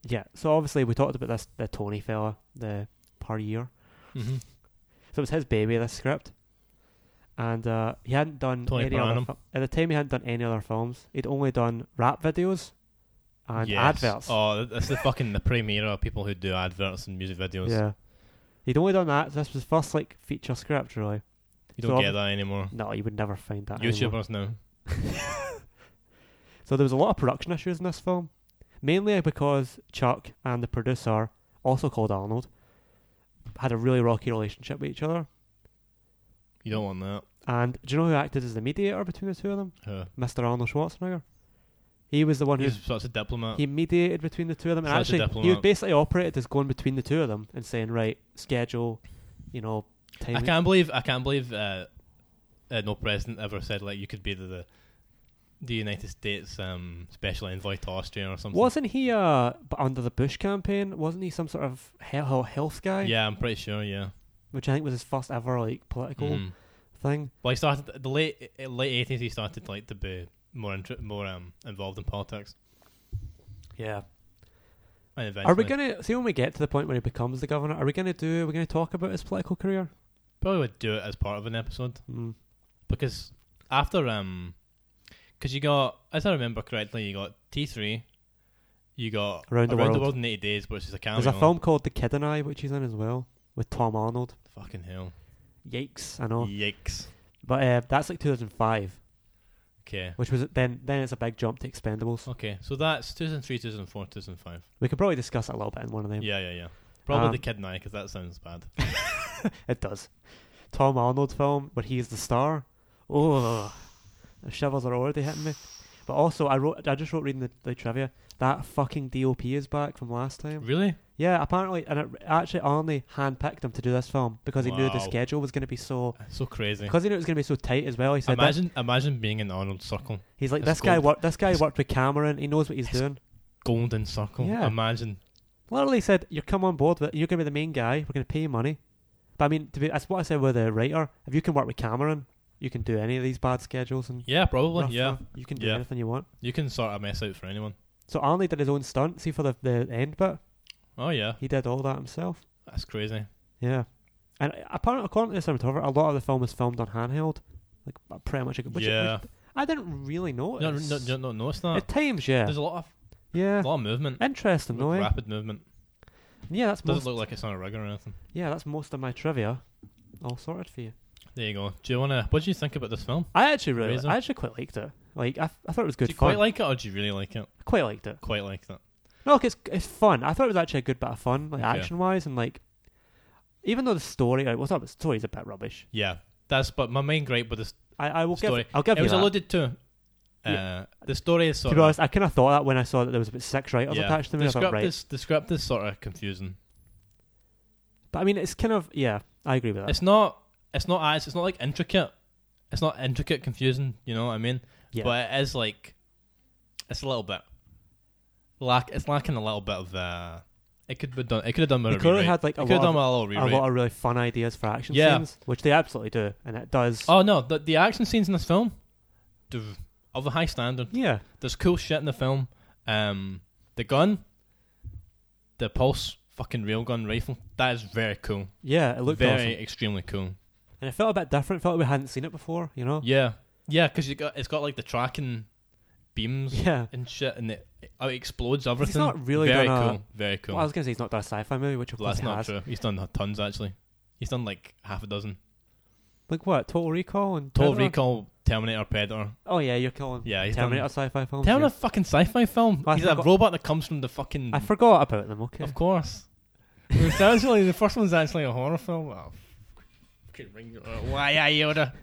B: yeah. So obviously we talked about this the Tony fella the per year.
C: Mm-hmm.
B: So it was his baby this script, and uh, he hadn't done
C: Tony
B: any other
C: Branum.
B: fi- at the time he hadn't done any other films. He'd only done rap videos and adverts.
C: Oh, th- that's the fucking the prime era of people who do adverts and music videos.
B: yeah. He'd only done that. This was his first like feature script, really.
C: You don't
B: So
C: get
B: I'm-
C: that anymore.
B: No, you would never find that. anymore.
C: YouTubers now.
B: So there was a lot of production issues in this film, mainly because Chuck and the producer, also called Arnold, had a really rocky relationship with each other.
C: You don't want that.
B: And do you know who acted as the mediator between the two of them?
C: Uh,
B: Mr. Arnold Schwarzenegger. He was the one who
C: he's such a diplomat.
B: he mediated between the two of them. And
C: Such a
B: actually, he was
C: diplomat.
B: basically operated as going between the two of them and saying, right, schedule, you know, time.
C: I can't believe I can't believe uh, uh, no president ever said like you could be the the, the United States um, special envoy to Austria or something.
B: Wasn't he uh b- under the Bush campaign? Wasn't he some sort of health health guy?
C: Yeah, I'm pretty sure. Yeah.
B: which I think was his first ever like political
C: Mhm.
B: thing.
C: Well, he started the late uh, late eighties. He started like to be more inter- more um, involved in politics.
B: Yeah.
C: And eventually,
B: Are we gonna see when we get to the point where he becomes the governor? Are we gonna do? Are we gonna talk about his political career?
C: probably would do it as part of an episode?
B: Mm.
C: because after um, because you got as I remember correctly, you got T three, you got
B: Around the World.
C: in eighty days, which is a cameo.
B: There's a film called The Kid and I, which he's in as well with Tom Arnold.
C: Fucking hell!
B: Yikes! I know,
C: Yikes.
B: but uh, that's like 2005,
C: Okay.
B: which was then. Then it's a big jump to Expendables.
C: Okay. So that's two thousand three, two thousand four, two thousand five.
B: We could probably discuss that a little bit in one of them.
C: Yeah, yeah, yeah. Probably
B: Um,
C: the Kid and I, because that sounds bad.
B: It does. Tom Arnold film where he's the star. Oh, the shivers are already hitting me. But also, I wrote. I just wrote reading the, the trivia. That fucking DOP is back from last time.
C: Really?
B: Yeah, apparently, and it actually Arnie handpicked him to do this film because he knew the
C: Wow.
B: schedule was going to be so.
C: So crazy.
B: Because he knew it was going to be so tight as well. He said, that-
C: Imagine, imagine being in Arnold's circle,
B: "He's like
C: it's
B: this guy.
C: gold.
B: Worked, this guy
C: It's-
B: worked with Cameron. He knows what he's
C: It's-
B: doing."
C: golden circle.
B: Yeah.
C: Imagine.
B: Literally said, "You come on board. With, you're going to be the main guy. We're going to pay you money." But I mean, to be, that's what I said with the writer. If you can work with Cameron, you can do any of these bad schedules and
C: Yeah, probably.
B: rough
C: yeah,
B: stuff. you can do
C: Yeah.
B: anything you want.
C: you can sort of mess out for anyone.
B: So Arnie did his own stunt. See for the the end bit,
C: Oh yeah,
B: he did all that himself.
C: that's crazy.
B: Yeah. And uh, apparently, according to the cinematographer, a lot of the film was filmed on handheld. Like, uh, pretty much. Which,
C: yeah.
B: Which I didn't really
C: no,
B: notice.
C: no, no, no, no, it's not.
B: At times, yeah.
C: There's a lot of
B: yeah.
C: a lot of movement,
B: Interesting, though. eh?
C: rapid movement.
B: Yeah, that's
C: Doesn't
B: most,
C: look like it's on a rig or anything.
B: yeah, that's most of my trivia. All sorted for you.
C: There you go. Do you wanna? What do you think about this film?
B: I actually really,
C: Razor?
B: I actually quite liked it. Like, I, I thought it was good
C: do you
B: fun.
C: quite like it, or do you really like it?
B: I quite liked it.
C: Quite like that.
B: No, look, it's it's fun. I thought it was actually a good bit of fun, like
C: Okay.
B: action wise, and like even though the story, like, what's up? The story's a bit rubbish.
C: Yeah, that's but my main gripe with this
B: I, I will
C: story.
B: give, I'll give
C: it
B: you
C: was
B: that.
C: alluded to. Uh, The story is sort
B: to be
C: of
B: honest, I kind of thought that when I saw that there was about six writers
C: yeah.
B: attached to me.
C: The
B: I thought,
C: script
B: right.
C: is the script is sort of confusing.
B: but I mean, it's kind of yeah, I agree with that.
C: It's not. It's not as. It's not like intricate. It's not intricate, confusing. You know what I mean?
B: Yeah.
C: But it is like. It's a little bit. Lack. It's lacking a little bit of. Uh, it could be done. It could have done with
B: They
C: a
B: clearly
C: rewrite.
B: had, like, a
C: it could have
B: lot
C: done with a little
B: A
C: rewrite.
B: lot of really fun ideas for action
C: Yeah.
B: scenes, which they absolutely do, and it does.
C: oh no! The, the action scenes in this film, they're of a high standard.
B: yeah,
C: There's cool shit in the film. Um, the gun, the pulse fucking railgun rifle. That is very cool.
B: yeah, it looked
C: very
B: awesome,
C: extremely cool.
B: and it felt a bit different. Felt like we hadn't seen it before, you know.
C: Yeah, yeah, because you got it's got like the tracking beams
B: Yeah.
C: and shit, and it, oh, it explodes everything.
B: not really
C: very
B: done a-
C: cool. Very cool.
B: Well, I was gonna say he's not done a sci-fi movie, which of
C: Well,
B: course
C: that's
B: he
C: not
B: has.
C: true. He's done tons actually. He's done like half a dozen.
B: Like what? Total Recall and
C: Total
B: Predator?
C: Recall, Terminator, Predator.
B: Oh yeah, you're calling
C: Yeah, he's
B: Terminator
C: done.
B: sci-fi films.
C: Tell him
B: yeah.
C: a fucking sci-fi film.
B: Well, I
C: he's a
B: forgot-
C: robot that comes from the fucking.
B: I forgot about them. Okay.
C: Of course. It's actually the first one's actually a horror film. Oh, fucking ring. oh, Why are you Yoda?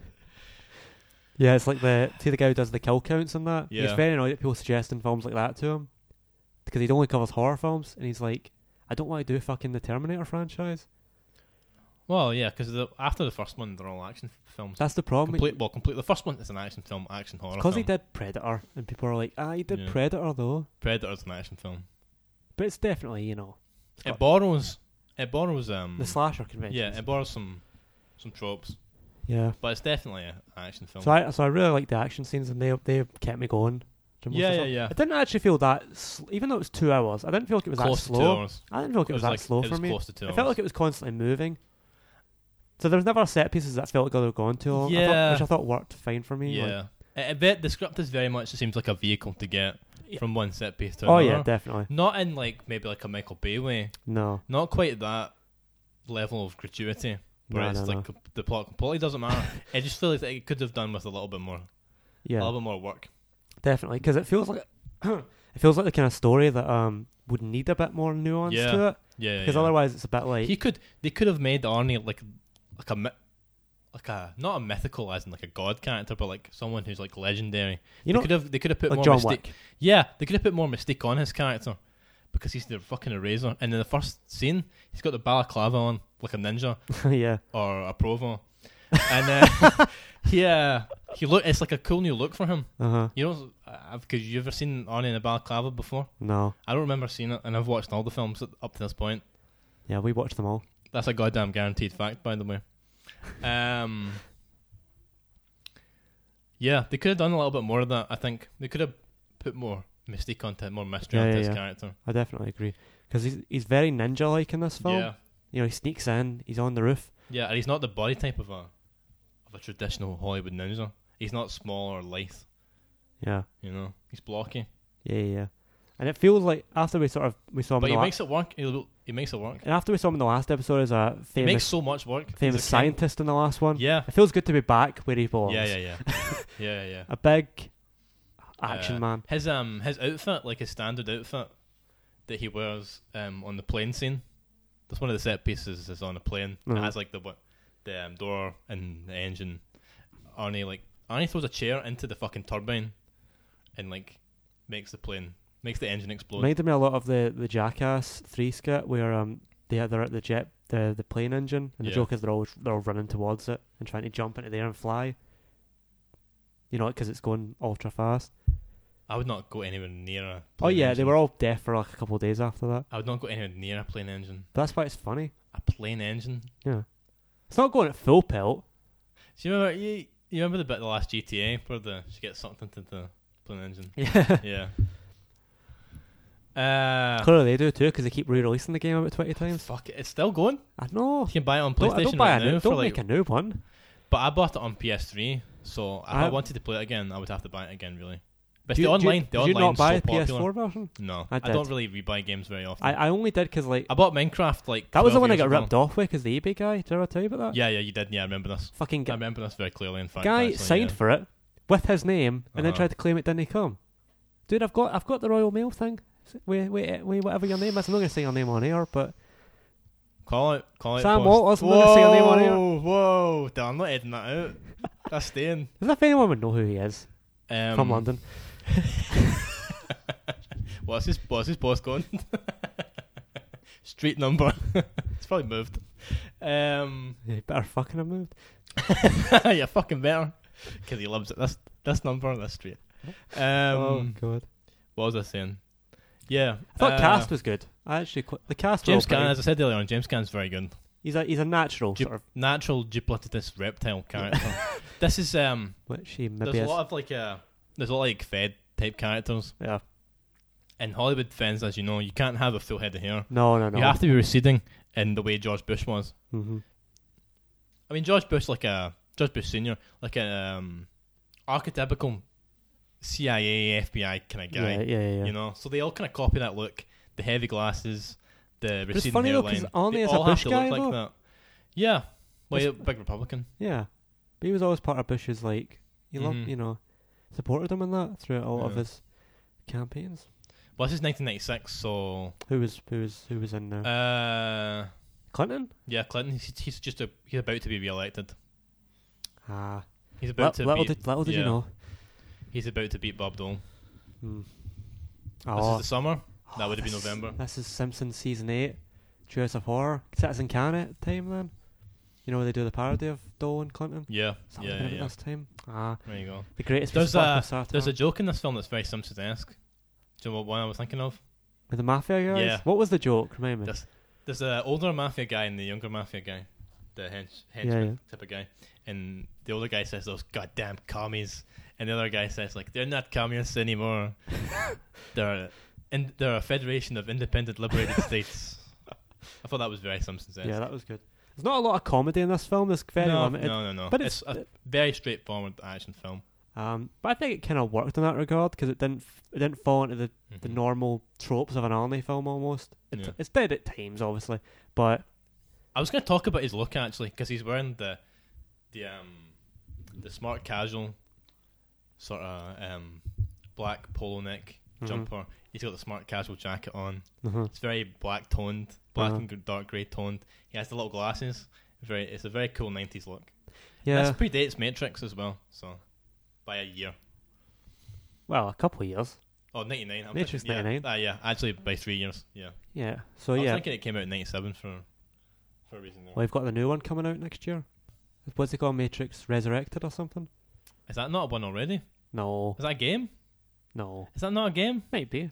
B: Yeah, it's like the see the guy who does the kill counts and that. He's
C: Yeah.
B: very annoyed at people suggesting films like that to him because he only covers horror films, and he's like, I don't want to do fucking the Terminator franchise.
C: Well, yeah, because after the first one, they're all action films.
B: That's the problem.
C: complete, well, complete. The first one is an action film, action horror.
B: Because he
C: film.
B: did Predator, and people are like, Ah, he did
C: Yeah.
B: Predator though,
C: Predator's an action film.
B: but it's definitely you know
C: It borrows. It borrows. Um,
B: the slasher convention.
C: yeah, it borrows some some tropes,
B: yeah.
C: but it's definitely a- an action film.
B: So I so I really like the action scenes, and they they kept me going. for most
C: Yeah,
B: of the
C: yeah,
B: film.
C: yeah.
B: I didn't actually feel that, sl- even though it was two hours, I didn't feel like it was
C: close
B: that
C: to two
B: slow.
C: hours.
B: I didn't feel like it was, that
C: like,
B: slow
C: it
B: for
C: was
B: me.
C: Close to two
B: It felt like it was constantly moving. So there was never set pieces that felt like they were going too long, I thought,
C: Yeah.
B: which I thought worked fine for me. like-
C: yeah. I- I bet the script is very much. It seems like a vehicle to get
B: Yeah.
C: from one set piece to
B: oh
C: another.
B: yeah, definitely.
C: Not in like maybe like a Michael Bay way.
B: No.
C: Not quite that level of gratuity. Where
B: No,
C: it's
B: no,
C: like
B: no.
C: com- the plot completely doesn't matter. I just feel like it could have done with a little bit more, a
B: Yeah,
C: little bit more work.
B: definitely. Because it feels like it feels like the kind of story that um would need a bit more nuance
C: Yeah,
B: to it.
C: Yeah, yeah,
B: Because
C: yeah.
B: otherwise, it's a bit like
C: He could. They could have made Arnie like, like a, mi- like a not a mythical as in like a god character, but like someone who's like legendary.
B: you
C: they
B: know,
C: could have. They could have put
B: like
C: more
B: John
C: mystique.
B: Wick.
C: Yeah, they could have put more mystique on his character because he's the fucking eraser. And in the first scene, he's got the balaclava on like a ninja
B: yeah,
C: or a provo, and uh, yeah, he look. It's like a cool new look for him.
B: uh huh.
C: You know, I've because you ever seen Arnie in a balaclava before?
B: No,
C: I don't remember seeing it, and I've watched all the films up to this point.
B: yeah, we watched them all.
C: That's a goddamn guaranteed fact, by the way. Um, yeah, they could have done a little bit more of that. I think they could have put more mystique onto it, more mystery
B: Yeah,
C: onto
B: yeah,
C: his
B: yeah.
C: character.
B: I definitely agree. Because he's he's very ninja like in this film.
C: Yeah,
B: You know, he sneaks in. He's on the roof.
C: yeah, and he's not the body type of a of a traditional Hollywood ninja. He's not small or lithe.
B: Yeah,
C: You know, he's blocky,
B: yeah, yeah. yeah. And it feels like after we sort of we saw him,
C: but
B: in
C: he
B: the la-
C: makes it work. He, he makes it work.
B: and after we saw him in the last episode as a
C: He makes
B: famous
C: so much work. He's
B: famous
C: a king.
B: scientist in the last one.
C: Yeah,
B: It feels good to be back where he belongs.
C: yeah, yeah, yeah, yeah, yeah.
B: A big action
C: Uh,
B: man.
C: His um his outfit, like his standard outfit that he wears um on the plane scene. That's one of the set pieces is on a plane. It
B: Mhm.
C: has like the what the um, door and the engine. Arnie like Arnie throws a chair into the fucking turbine and like makes the plane makes the engine explode.
B: Reminded me a lot of the, the Jackass three skit where um they they're at the jet the the plane engine and the
C: Yeah.
B: joke is they're always they're all running towards it and trying to jump into the air and fly. You know, because it's going ultra fast.
C: I would not go anywhere near a
B: Oh
C: plane
B: yeah, they
C: engine.
B: were all deaf for like a couple of days after that.
C: I would not go anywhere near a plane engine.
B: That's why it's funny.
C: A plane engine.
B: Yeah, it's not going at full pelt.
C: Do you remember you, you remember the bit of the last GTA where the she gets sucked into the plane engine?
B: Yeah,
C: yeah. Uh,
B: Clearly they do too, because they keep re-releasing the game about twenty times.
C: fuck it, it's still going.
B: I know.
C: You can buy it on PlayStation
B: Don't, I don't buy
C: right
B: a new.
C: now
B: Don't
C: for like.
B: make a new one.
C: But I bought it on PS3, so if I,
B: I-
C: wanted to play it again, I would have to buy it again, really. But
B: Do
C: the
B: you- do you-
C: online, the
B: did you
C: online
B: not buy
C: so
B: the
C: popular.
B: PS4 version?
C: No,
B: I
C: I, don't
B: did.
C: really rebuy games very often.
B: I,
C: I,
B: I only did because like
C: bought Minecraft like
B: that was the
C: 12
B: one I
C: years
B: got
C: ago.
B: ripped off with because the eBay guy. Did I ever tell you about that?
C: Yeah, yeah, you did. Yeah, I remember this.
B: Fucking
C: I
B: guy,
C: remember this very clearly. In fact,
B: guy
C: actually,
B: signed
C: yeah.
B: for it with his name and then
C: Uh-huh.
B: tried to claim it didn't come. Dude, I've got I've got the Royal Mail thing. Wait, wait, wait, whatever your name is. I'm not gonna say your name on air, but
C: Call it, call it.
B: Sam Walters,
C: post.
B: I'm not gonna say your name on air.
C: Whoa, whoa, Dan, I'm not editing that out. That's staying.
B: as if anyone would know who he is
C: Um,
B: from London.
C: What's his What's his postcode? Street number. it's probably moved. Um,
B: He better fucking have moved.
C: yeah, fucking better. Because he loves it. That's this number, that's straight. Um,
B: oh god.
C: What was I saying? Yeah.
B: I thought
C: uh,
B: cast was good. I actually qu- the cast. were all
C: James Caan,
B: pretty-
C: as I said earlier on, James Caan's very good.
B: He's a he's a natural
C: Ju-
B: sort of
C: Natural duplicitous reptile character. this is um.
B: which he
C: There's
B: maybe
C: a
B: is.
C: lot of like uh. There's a lot of like Fed type characters
B: Yeah.
C: in Hollywood fans, as you know. You can't have a full head of hair.
B: No, no, no.
C: You have to be receding in the way George Bush was.
B: Mhm.
C: I mean, George Bush, like a George Bush Senior, like a um, archetypical CIA, FBI kind of guy.
B: Yeah, yeah, yeah. yeah.
C: You know, so they all kind of copy that look. The heavy glasses, the receding
B: funny though, 'cause
C: hairline.
B: aren't
C: they
B: he as a
C: all have
B: Bush
C: to
B: guy,
C: look
B: though?
C: like that. Yeah, well,
B: It's-
C: he's a big Republican.
B: Yeah, but he was always part of Bush's like he loved,
C: Mhm.
B: you know, supported him in that throughout all of
C: Yeah.
B: his campaigns.
C: Well, this is 1996, so
B: Who was who was who was in now?
C: uh,
B: Clinton?
C: yeah, Clinton. He's, he's just a, he's about to be re-elected.
B: Ah,
C: He's about
B: Lit-
C: to
B: little
C: beat,
B: did little did you
C: yeah,
B: know?
C: He's about to beat Bob Dole.
B: Hmm.
C: This
B: Oh,
C: is the summer. That
B: oh,
C: would have been
B: this-
C: November.
B: This is Simpsons season eight, True House of Horror. Citizen Can at time then. You know where they do the parody of Dole and Clinton?
C: Yeah,
B: Something
C: yeah,
B: about
C: yeah.
B: this time. Ah,
C: There you go.
B: the greatest piece
C: There's
B: of
C: a
B: fucking satire.
C: there's a joke in this film that's very Simpsons-esque. Do you know what one I was thinking of?
B: With the mafia guys.
C: Yeah.
B: What was the joke? Remind me.
C: That's- There's a older mafia guy and the younger mafia guy, the hench, henchman
B: yeah.
C: type of guy, and the older guy says those goddamn commies, and the other guy says like they're not communists anymore. they're and they're a federation of independent liberated states. I thought that was very Simpsons.
B: yeah, that was good. There's not a lot of comedy in this film. It's very
C: no,
B: limited.
C: no, no, no.
B: but
C: it's,
B: it's-
C: a very straightforward action film.
B: Um, but I think it kind of worked in that regard because it didn't f- it didn't fall into the, the
C: Mhm.
B: normal tropes of an Arnie film almost. It,
C: Yeah.
B: It's dead at times, obviously, but
C: I was going to talk about his look actually because he's wearing the the um the smart casual sort of um black polo neck
B: Mhm.
C: jumper. He's got the smart casual jacket on.
B: uh
C: It's very black toned, black
B: Uh-huh.
C: and and dark grey toned. He has the little glasses. Very, it's a very cool '90s look.
B: yeah,
C: This predates Matrix as well, so by a year.
B: well, a couple of years,
C: Oh, 99. I'm
B: Matrix
C: thinking- yeah,
B: 99.
C: Ah, yeah, actually by three years. Yeah.
B: yeah. So
C: I was
B: yeah,
C: thinking it came out in '97 for for a reason. There.
B: we've got the new one coming out next year. What's it called, Matrix Resurrected or something?
C: Is that not one already?
B: No,
C: Is that a game?
B: no,
C: Is that not a game?
B: might be.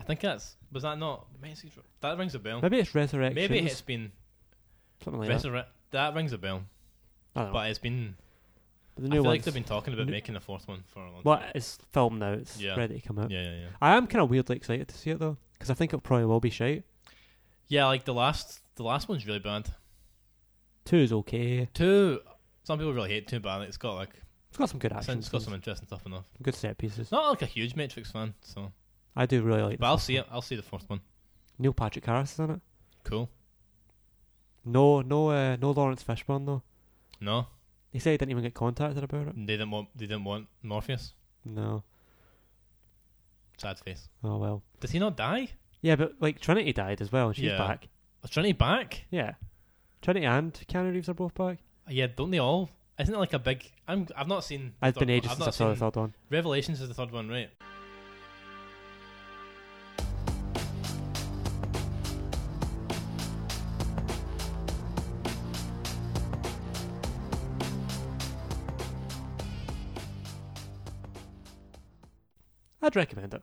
C: I think that's was that not Macy's? That rings a bell.
B: Maybe it's Resurrection.
C: Maybe it's been
B: something like that.
C: resurrect. That rings a bell,
B: I don't know.
C: but it's been.
B: But the Oh.
C: I
B: new
C: feel
B: one.
C: like they've been talking about
B: new-
C: making a fourth one for a long
B: Well,
C: time.
B: it's filmed now. It's
C: Yeah.
B: ready to come out.
C: Yeah, yeah, yeah.
B: I am kind of weirdly excited to see it though, because I think it probably will be shite.
C: Yeah, like the last, the last one's really bad.
B: Two is okay.
C: Two, some people really hate two, but I think it's got like,
B: It's got some good action.
C: it's got
B: scenes,
C: some interesting stuff enough.
B: good set pieces.
C: It's not like a huge Matrix fan, so.
B: I do really like.
C: But I'll see it. I'll see the fourth one.
B: Neil Patrick Harris is in it.
C: Cool.
B: No, no, uh, no Lawrence Fishburne though.
C: No,
B: He said he didn't even get contacted about it.
C: they didn't want. They didn't want Morpheus.
B: No.
C: Sad face.
B: Oh well.
C: Does he not die?
B: Yeah, but like Trinity died as well, and she's
C: Yeah.
B: back.
C: Was Trinity back?
B: Yeah. Trinity and Keanu Reeves are both back.
C: Yeah, don't they all? Isn't it like a big? I'm. I've not seen. the
B: It's been
C: third one.
B: ages
C: I've
B: since I
C: not
B: saw the
C: seen-
B: third one.
C: Revelations is the third one, right?
B: I'd recommend it.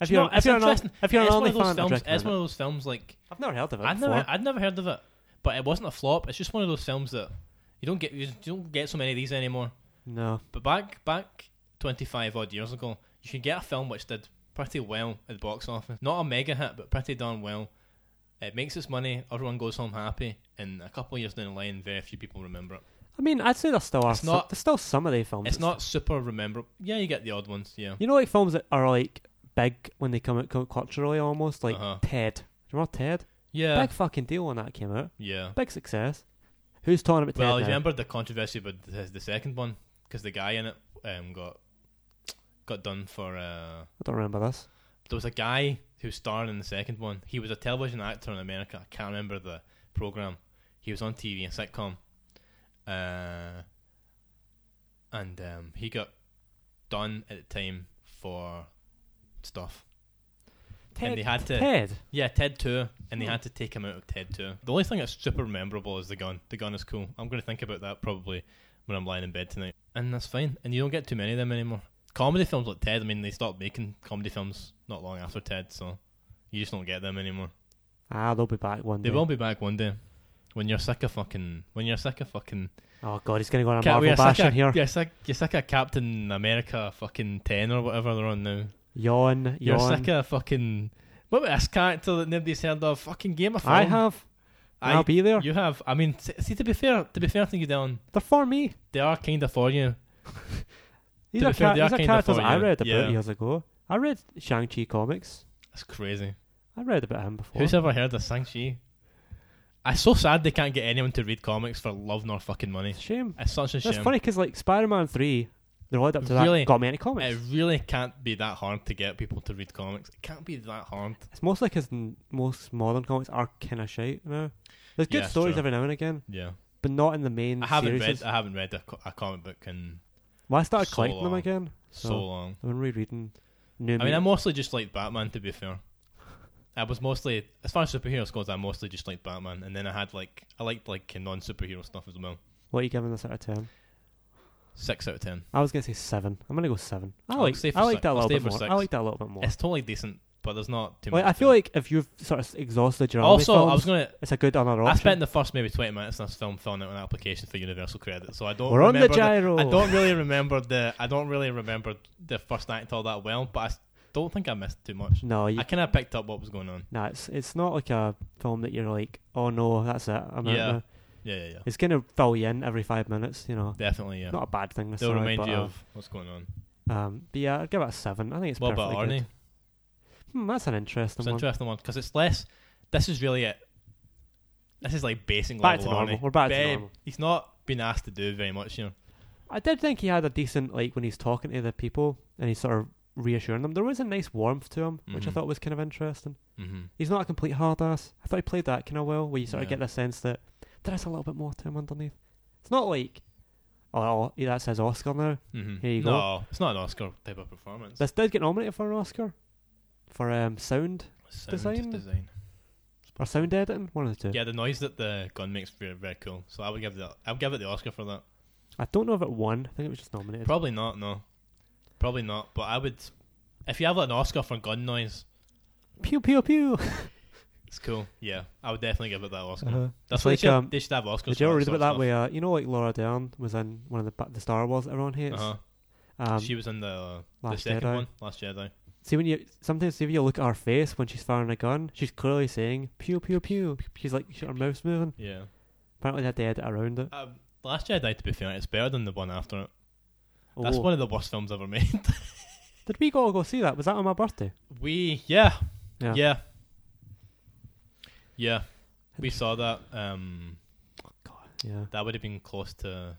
B: If
C: Do you
B: you're,
C: know,
B: if
C: it's
B: you're an,
C: interesting.
B: if you're an
C: It's one
B: only
C: of those
B: fan, I'd
C: films. It's
B: recommend
C: one
B: it.
C: of those films like
B: I've never heard of it
C: I'd
B: before.
C: never, I'd never heard of it, but it wasn't a flop. It's just one of those films that you don't get, you don't get so many of these anymore.
B: No.
C: But back, back twenty five odd years ago, you could get a film which did pretty well at the box office. Not a mega hit, but pretty darn well. It makes its money. Everyone goes home happy, and a couple of years down the line, very few people remember it.
B: I mean, I'd say there still are.
C: It's
B: It's
C: not-
B: there's still some of their films.
C: It's not super rememberable. Yeah, you get the odd ones. Yeah,
B: You know, like films that are like big when they come out co- culturally, almost like
C: Uh-huh.
B: Ted. Do you remember Ted?
C: yeah,
B: Big fucking deal when that came out.
C: yeah.
B: Big success. Who's talking about
C: Well,
B: Ted
C: you
B: now?
C: remember the controversy about the, the second one because the guy in it um, got got done for. Uh,
B: I don't remember this.
C: there was a guy who starred in the second one. He was a television actor in America. I can't remember the program. He was on TV, a sitcom, uh, and um, he got done at the time for stuff.
B: Ted.
C: they had to-
B: Ted.
C: Yeah, Ted Two,
B: Hmm.
C: and they had to take him out of Ted Two. The only thing that's super memorable is the gun. The gun is cool. I'm going to think about that probably when I'm lying in bed tonight, and that's fine. And you don't get too many of them anymore. Comedy films like Ted, I mean, they stopped making comedy films not long after Ted, so you just don't get them anymore.
B: Ah, they'll be back one
C: They
B: day.
C: will be back one day. When you're sick of fucking, when you're sick of fucking,
B: Oh god, he's gonna go on a
C: Cap-
B: Marvel
C: you're sick
B: bash in
C: of-
B: here.
C: You're sick, you're sick of Captain America fucking ten or whatever they're on now.
B: Yawn.
C: You're
B: Yawn.
C: sick of fucking. What about this character that nobody's heard of? Fucking Game of Thrones.
B: I have.
C: I-
B: I'll be there.
C: You have. I mean, see, see, to be fair, to be fair to you, Dylan,
B: They're for me.
C: they are kind of for you.
B: These
C: To
B: are,
C: be fair,
B: char-
C: they are
B: these are
C: kinda
B: characters
C: for
B: I
C: you.
B: read about
C: Yeah.
B: years ago. I read Shang Chi comics.
C: That's crazy.
B: I read about him before.
C: Who's ever heard of Shang Chi? I'm so sad they can't get anyone to read comics for love nor fucking money.
B: It's a shame.
C: It's such a shame.
B: That's funny because like Spider-Man three, the road up to
C: Really?
B: that got many comics.
C: It really can't be that hard to get people to read comics. It can't be that hard.
B: it's mostly because most modern comics are kind of shite now. There's good
C: Yeah,
B: stories
C: true.
B: every now and again,
C: Yeah,
B: but not in the main.
C: I haven't
B: series.
C: read. I haven't read a, co- a comic book in
B: Well, I started
C: so
B: collecting them
C: long.
B: again.
C: so
B: So-
C: long.
B: I've been rereading. New
C: I mean, I mostly just like Batman. To be fair, I was mostly as far as superheroes goes. I mostly just liked Batman, and then I had like I liked like non superhero stuff as well.
B: what are you giving this out of ten?
C: Six out of ten.
B: I was gonna say seven. I'm gonna go seven. I
C: I'll
B: like.
C: stay for
B: I like
C: six.
B: that a
C: I'll
B: little
C: stay
B: bit
C: for
B: more.
C: six.
B: I like that a little bit more.
C: It's totally decent, but there's not too much.
B: Like, I
C: to
B: feel
C: it.
B: like if you've sort of exhausted your
C: also
B: Army films,
C: I was gonna.
B: it's a good another
C: I
B: option.
C: spent the first maybe twenty minutes in this film filling out an application for Universal credit, so I don't.
B: We're on the
C: remember
B: gyro.
C: I don't really remember the. I don't really remember the first act all that well, but I s- don't think I missed too much.
B: no, you
C: I kind of picked up what was going on.
B: Nah, it's it's not like a film that you're like, oh no, that's it. I'm out
C: Yeah.
B: now."
C: Yeah, yeah, yeah.
B: It's gonna fill you in every five minutes, you know.
C: Definitely, yeah.
B: Not a bad thing.
C: They'll
B: Necessarily,
C: remind
B: but,
C: you
B: uh,
C: of what's going on.
B: Um, but yeah, I'd give it a seven. I think it's
C: What about
B: perfectly
C: Arnie?
B: good. Hmm, that's an interesting
C: It's an
B: one.
C: interesting one because it's less. This is really it. This is like basic
B: Back
C: level
B: to normal.
C: Arnie.
B: We're back to
C: Babe,
B: normal.
C: He's not been asked to do very much, you know.
B: I did think he had a decent like when he's talking to the people and he's sort of reassuring them. There was a nice warmth to him, which I
C: Mhm.
B: thought was kind of interesting.
C: Mm-hmm.
B: He's not a complete hard ass. I thought he played that kind of well, where you sort of
C: Yeah.
B: get the sense that there is a little bit more to him underneath. It's not like, oh, oh that's his Oscar now.
C: Mm-hmm.
B: Here you
C: no,
B: go.
C: it's not an Oscar type of performance.
B: This did get nominated for an Oscar for um, sound
C: Sound
B: design?
C: design.
B: or sound editing, one of the two.
C: Yeah, the noise that the gun makes very, very cool. So I would give the I would give it the Oscar for that.
B: I don't know if it won. I think it was just nominated.
C: Probably not. No, probably not. But I would, if you have an Oscar for gun noise,
B: pew pew pew.
C: it's cool. Yeah, I would definitely give it that Oscar.
B: Uh-huh.
C: That's
B: It's
C: what
B: like,
C: they, should,
B: um,
C: they should have Oscars.
B: Did you
C: for
B: ever read about
C: sort
B: that?
C: of
B: Way uh, you know, like Laura Dern was in one of the ba- the Star Wars that everyone hates.
C: stuff.
B: Um,
C: Uh-huh. she was in the uh, the
B: Last
C: second
B: Jedi.
C: one, Last Jedi.
B: see when you sometimes if you look at her face when she's firing a gun, she's clearly saying pew pew pew. She's like she- her mouth's moving.
C: Yeah.
B: Apparently they had to edit around it.
C: Um, Last Jedi, to be fair, it's better than the one after it. That's
B: Oh,
C: one of the worst films ever made.
B: Did we go go see that? Was that on my birthday?
C: we, yeah,
B: Yeah.
C: yeah, yeah, we saw that. Um,
B: Yeah.
C: that would have been close to.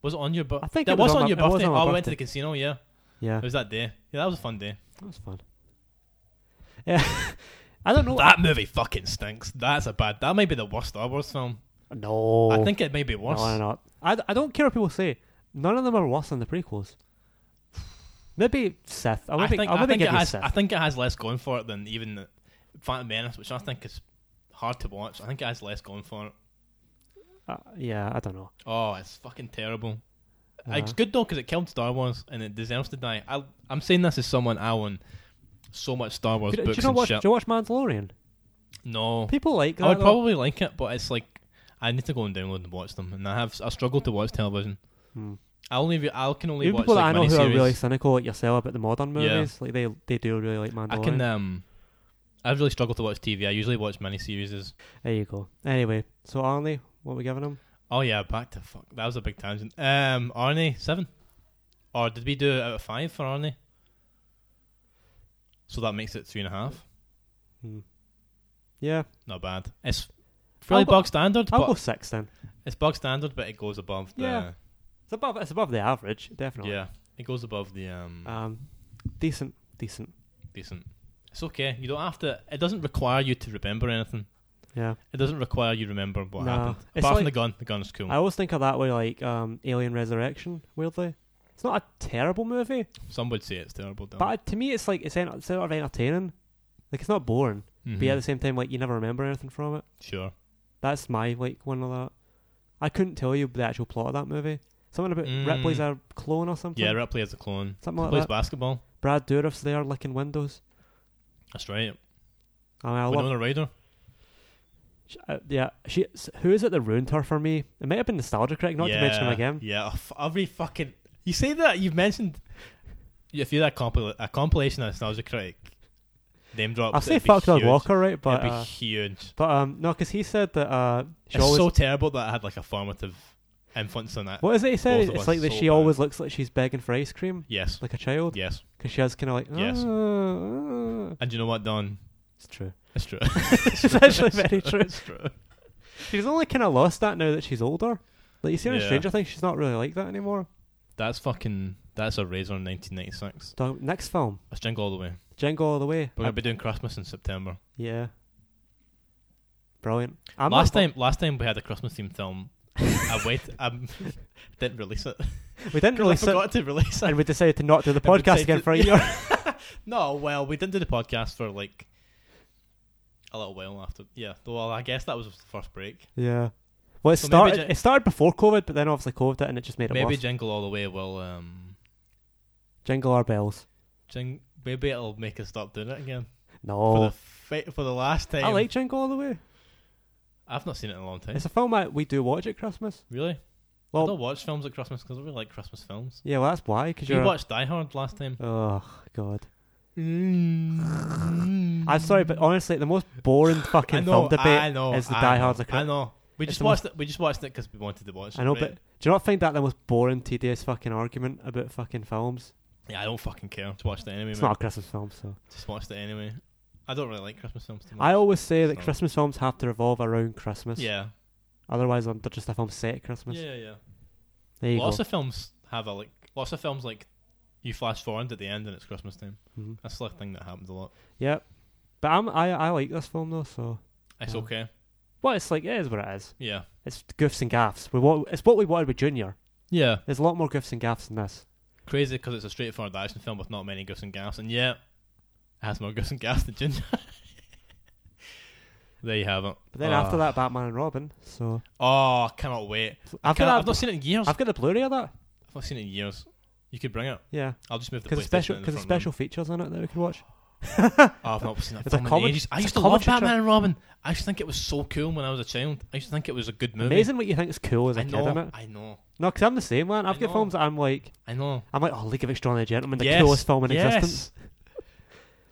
C: Was it on your birthday?
B: I think
C: that
B: it was on
C: your
B: my- it was
C: birthday.
B: on my
C: oh, I went
B: birthday.
C: to the casino. Yeah,
B: Yeah.
C: it was that day. Yeah, that was a fun day.
B: That was fun. Yeah. I don't know.
C: That movie fucking stinks. That's a bad. That might be the worst Star Wars film.
B: no.
C: I think it may be worse.
B: Oh. No, they're not. I, I don't care what people say. None of them are worse than the prequels. Maybe Sith. I
C: I
B: would
C: think,
B: think, I
C: I
B: would
C: think it
B: give you
C: has.
B: Sith.
C: I think it has less going for it than even the Phantom Menace, which I think is hard to watch. I think it has less going for it.
B: Uh, yeah, I don't know.
C: Oh, it's fucking terrible. It's
B: Uh,
C: good though because it killed Star Wars and it deserves to die. I, I'm saying this as someone I own so much Star Wars
B: do, you- do
C: books
B: you know
C: and
B: watch?
C: shit.
B: Do you watch Mandalorian?
C: no,
B: People like that.
C: I would
B: though.
C: probably like it, but it's like I need to go and download and watch them, and I have I struggle to watch television.
B: Hmm.
C: I only re- I can only
B: Even
C: watch
B: people
C: like
B: that I know who are
C: miniseries.
B: really cynical like yourself about the modern
C: Yeah.
B: movies, like they they do really like
C: I
B: Mandalorian.
C: can um. I really struggle to watch TV. I usually watch miniseries.
B: There you go. Anyway, so Arnie, what are we giving him?
C: Oh yeah, back to fuck. That was a big tangent. Um, Arnie seven, or did we do it out of five for Arnie? So that makes it three and a half.
B: Hmm. Yeah,
C: Not bad. It's fairly
B: I'll go-
C: bog standard.
B: I'll
C: but
B: go six then.
C: It's bog standard, but it goes above the.
B: Yeah. It's above it's above the average, definitely.
C: Yeah, it goes above the um
B: Um, decent, decent.
C: decent. It's okay. You don't have to. It doesn't require you to remember anything.
B: Yeah.
C: It doesn't require you remember what
B: No.
C: happened.
B: It's
C: Apart from the
B: like-
C: gun, the gun's cool.
B: I always think of that way, like um, Alien Resurrection. Weirdly, it's not a terrible movie,
C: Some would say it's terrible. Though.
B: but to me, it's like it's, ent- it's sort of entertaining. Like it's not boring, but yet at the same time, like you never remember anything from it.
C: Mm-hmm. sure.
B: That's my like one of that. I couldn't tell you the actual plot of that movie. Something about
C: Mm.
B: Ripley's a clone or something.
C: Yeah, Ripley is a clone.
B: something like
C: plays
B: that.
C: basketball.
B: Brad Dourif's there licking windows.
C: That's right.
B: I mean, I love.
C: Winona Ryder.
B: sh- uh, yeah, she. s- Who is it that ruined her for me? It might have been Nostalgia Critic, not
C: yeah.
B: to mention him again.
C: Yeah, Oh, f- every fucking. You say that you've mentioned. If you're that compil- a compilation of Nostalgia Critic, name drops.
B: I say
C: it'd be
B: fuck Doug
C: huge.
B: Walker, right? But
C: it'd be
B: uh,
C: huge.
B: but um, no, because he said that uh, she
C: It's
B: always
C: so terrible that I had like a formative influence on that.
B: What is it he said?
C: Both of
B: It's
C: us
B: like that
C: so
B: she
C: bad.
B: always looks like she's begging for ice cream,
C: Yes.
B: like a child,
C: Yes.
B: because she has kind of like.
C: Yes.
B: "Ah, ah."
C: And you know what, Don?
B: It's true.
C: It's true.
B: It's actually very true.
C: It's true.
B: She's only kind of lost that now that she's older. Like you see her in
C: Yeah.
B: Stranger Things, she's not really like that anymore.
C: That's fucking. That's a razor in 1996.
B: So, next film,
C: Let's jingle all the way.
B: Jingle All the Way.
C: We're
B: Uh,
C: gonna be doing Christmas in September.
B: yeah, brilliant. I'm not
C: last
B: fu-
C: time, last time we had a Christmas themed film. I wait. I didn't release it.
B: we didn't
C: I
B: really sit,
C: forgot to release it.
B: and we decided to not do the
C: And we
B: podcast again
C: decided-
B: for a year.
C: No, well, we didn't do the podcast for like a little while after. Yeah. Well, I guess that was the first break.
B: yeah. Well, it
C: So maybe
B: started.
C: Jin-
B: it started before COVID, but then obviously COVID did, and it just made it
C: Maybe
B: worse.
C: jingle all the way will um.
B: Jingle our bells.
C: Jing- maybe it'll make us stop doing it again for
B: No,
C: the fi- for the last time.
B: Oh. I like Jingle All the Way.
C: I've not seen it in a long time.
B: It's a film that we do watch at Christmas.
C: Really? I
B: Well,
C: don't watch films at Christmas because I really like Christmas films.
B: yeah, well, that's why. Because
C: You
B: you're.
C: watched Die Hard last time.
B: oh God. I'm sorry, but honestly, the most boring fucking
C: I
B: film
C: know,
B: debate
C: I know,
B: is the
C: I
B: Die
C: know,
B: Hard's a
C: I
B: crime.
C: know. We
B: It's
C: just
B: the most-
C: watched it. We just watched it because we wanted to watch.
B: I know,
C: it,
B: but
C: right?
B: do you not find that the most boring, tedious fucking argument about fucking films?
C: yeah, I don't fucking care. Just watched it anyway.
B: It's
C: mate.
B: not a Christmas film, so
C: Just watched it anyway. I don't really like Christmas films. Too much.
B: I always say that
C: So-
B: Christmas films have to revolve around Christmas.
C: Yeah.
B: Otherwise, they're just a film set at Christmas.
C: Yeah, yeah.
B: There you
C: Lots
B: go.
C: of films have a like. Lots of films like you flash forward at the end and it's Christmas time.
B: Mhm.
C: That's the thing that happens a lot.
B: Yep. But I'm, I I like this film though, so
C: It's
B: Yeah.
C: okay.
B: well, it's like it is what it is.
C: Yeah.
B: It's goofs and gaffs. We what it's what we wanted with Junior.
C: Yeah.
B: There's a lot more goofs and gaffs than this.
C: Crazy because it's a straightforward action film with not many goose and gas, and yeah, it has more goose and gas than Ginger. there you have it.
B: But then
C: Ah.
B: after that, Batman and Robin. So
C: oh, I cannot wait. I
B: I've got
C: can't-
B: that-
C: I've not seen it in years.
B: I've
C: I've,
B: got the Blu-ray of that.
C: not seen it in years. You could bring it.
B: Yeah,
C: I'll just move the
B: because
C: PlayStation
B: it's special.
C: in the
B: Because it's
C: front
B: special features on it that we could watch.
C: room. Oh, I've not seen that
B: It's a
C: film
B: comment-
C: in ages. I
B: it's a
C: used to love
B: commentary
C: Batman
B: track.
C: and Robin. I used to think it was so cool when I was a child. I used to think it was a good movie.
B: Amazing what you think is cool as a
C: I
B: kid, isn't
C: know.
B: it?
C: I know.
B: No, because I'm the same, man. I've
C: I
B: got
C: know.
B: films that I'm like,
C: I know.
B: I'm like, oh, League of Extraordinary Gentlemen, the
C: Yes,
B: coolest film in
C: yes.
B: existence.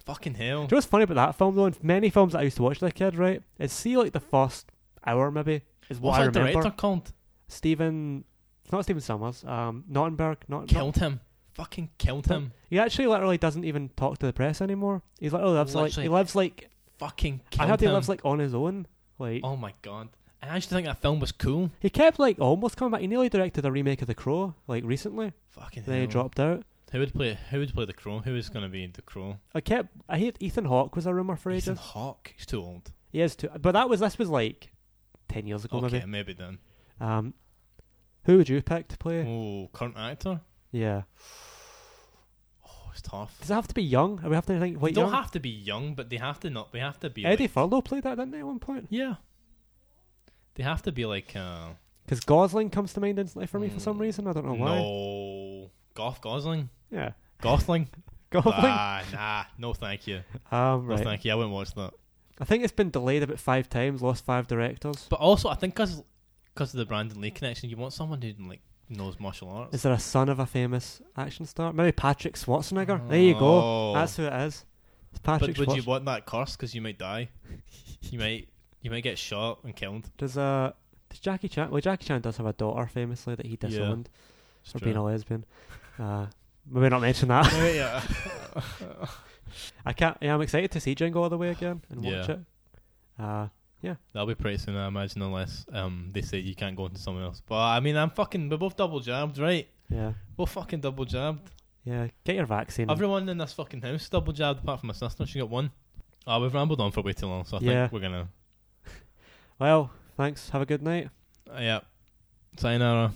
C: Fucking hell.
B: Do you know what's funny about that film though? And many films that I used to watch as a kid, right? Is see like the first hour maybe is what I
C: What's that
B: remember.
C: director called?
B: Stephen, it's not Stephen Summers. Um, Nottenberg. Not,
C: Killed him. Fucking killed him.
B: he actually literally doesn't even talk to the press anymore. He literally lives like
C: Literally.
B: he lives like
C: Fucking killed
B: I heard
C: him.
B: he lives like on his own. Like
C: Oh my god. And I used to think that film was cool.
B: he kept like almost coming back. He nearly directed a remake of The Crow like recently.
C: Fucking
B: Then he
C: hell.
B: dropped out.
C: Who would play who would play the crow? Who is gonna be the crow?
B: I kept. I hate Ethan Hawke was a rumor for ages.
C: Ethan Hawke. He's too old.
B: He is too, but that was this was like ten years ago
C: Okay,
B: maybe.
C: maybe then.
B: Um, who would you pick to play?
C: Oh, current actor?
B: Yeah.
C: Oh, it's tough.
B: Does it have to be young? Are we have to think
C: They
B: quite
C: don't
B: young?
C: have to be young, but they have to not they have to be
B: Eddie
C: like,
B: Furlough played that, didn't they, at one point?
C: Yeah. They have to be like uh
B: Because Gosling comes to mind instantly for me for some
C: Mm,
B: reason. I don't know Oh, why.
C: No Goth Gosling?
B: Yeah.
C: Gosling?
B: Gosling.
C: ah, nah, no thank you.
B: um,
C: No
B: Oh, right.
C: thank you. I wouldn't watch that.
B: I think it's been delayed about five times, lost five directors.
C: But also I think cause, 'cause of the Brandon Lee connection, you want someone who like knows martial arts.
B: Is there a son of a famous action star? Maybe Patrick Schwarzenegger. there you go.
C: Oh.
B: That's who it is. It's
C: but
B: Patrick
C: would you
B: Schwarzenegger.
C: want that course? Because you might die. you might you might get shot and killed.
B: does uh does Jackie Chan? Well, Jackie Chan does have a daughter famously that he
C: Yeah,
B: disowned
C: It's
B: for
C: true.
B: being a lesbian. Uh, maybe not mention that.
C: Yeah, yeah.
B: I can't. Yeah, I'm excited to see Jingle All the Way again and watch
C: Yeah.
B: it. Uh,
C: That'll be pretty soon, I imagine, unless um they say you can't go into someone else. But I mean, I'm fucking. We're both double jabbed, right?
B: yeah,
C: We're fucking double jabbed.
B: yeah. Get your vaccine.
C: Everyone in this fucking house double jabbed, apart from my sister. She got one. Oh, we've rambled on for way too long, so I
B: Yeah.
C: think we're gonna.
B: well, thanks. Have a good night.
C: Uh, yeah. Sayonara.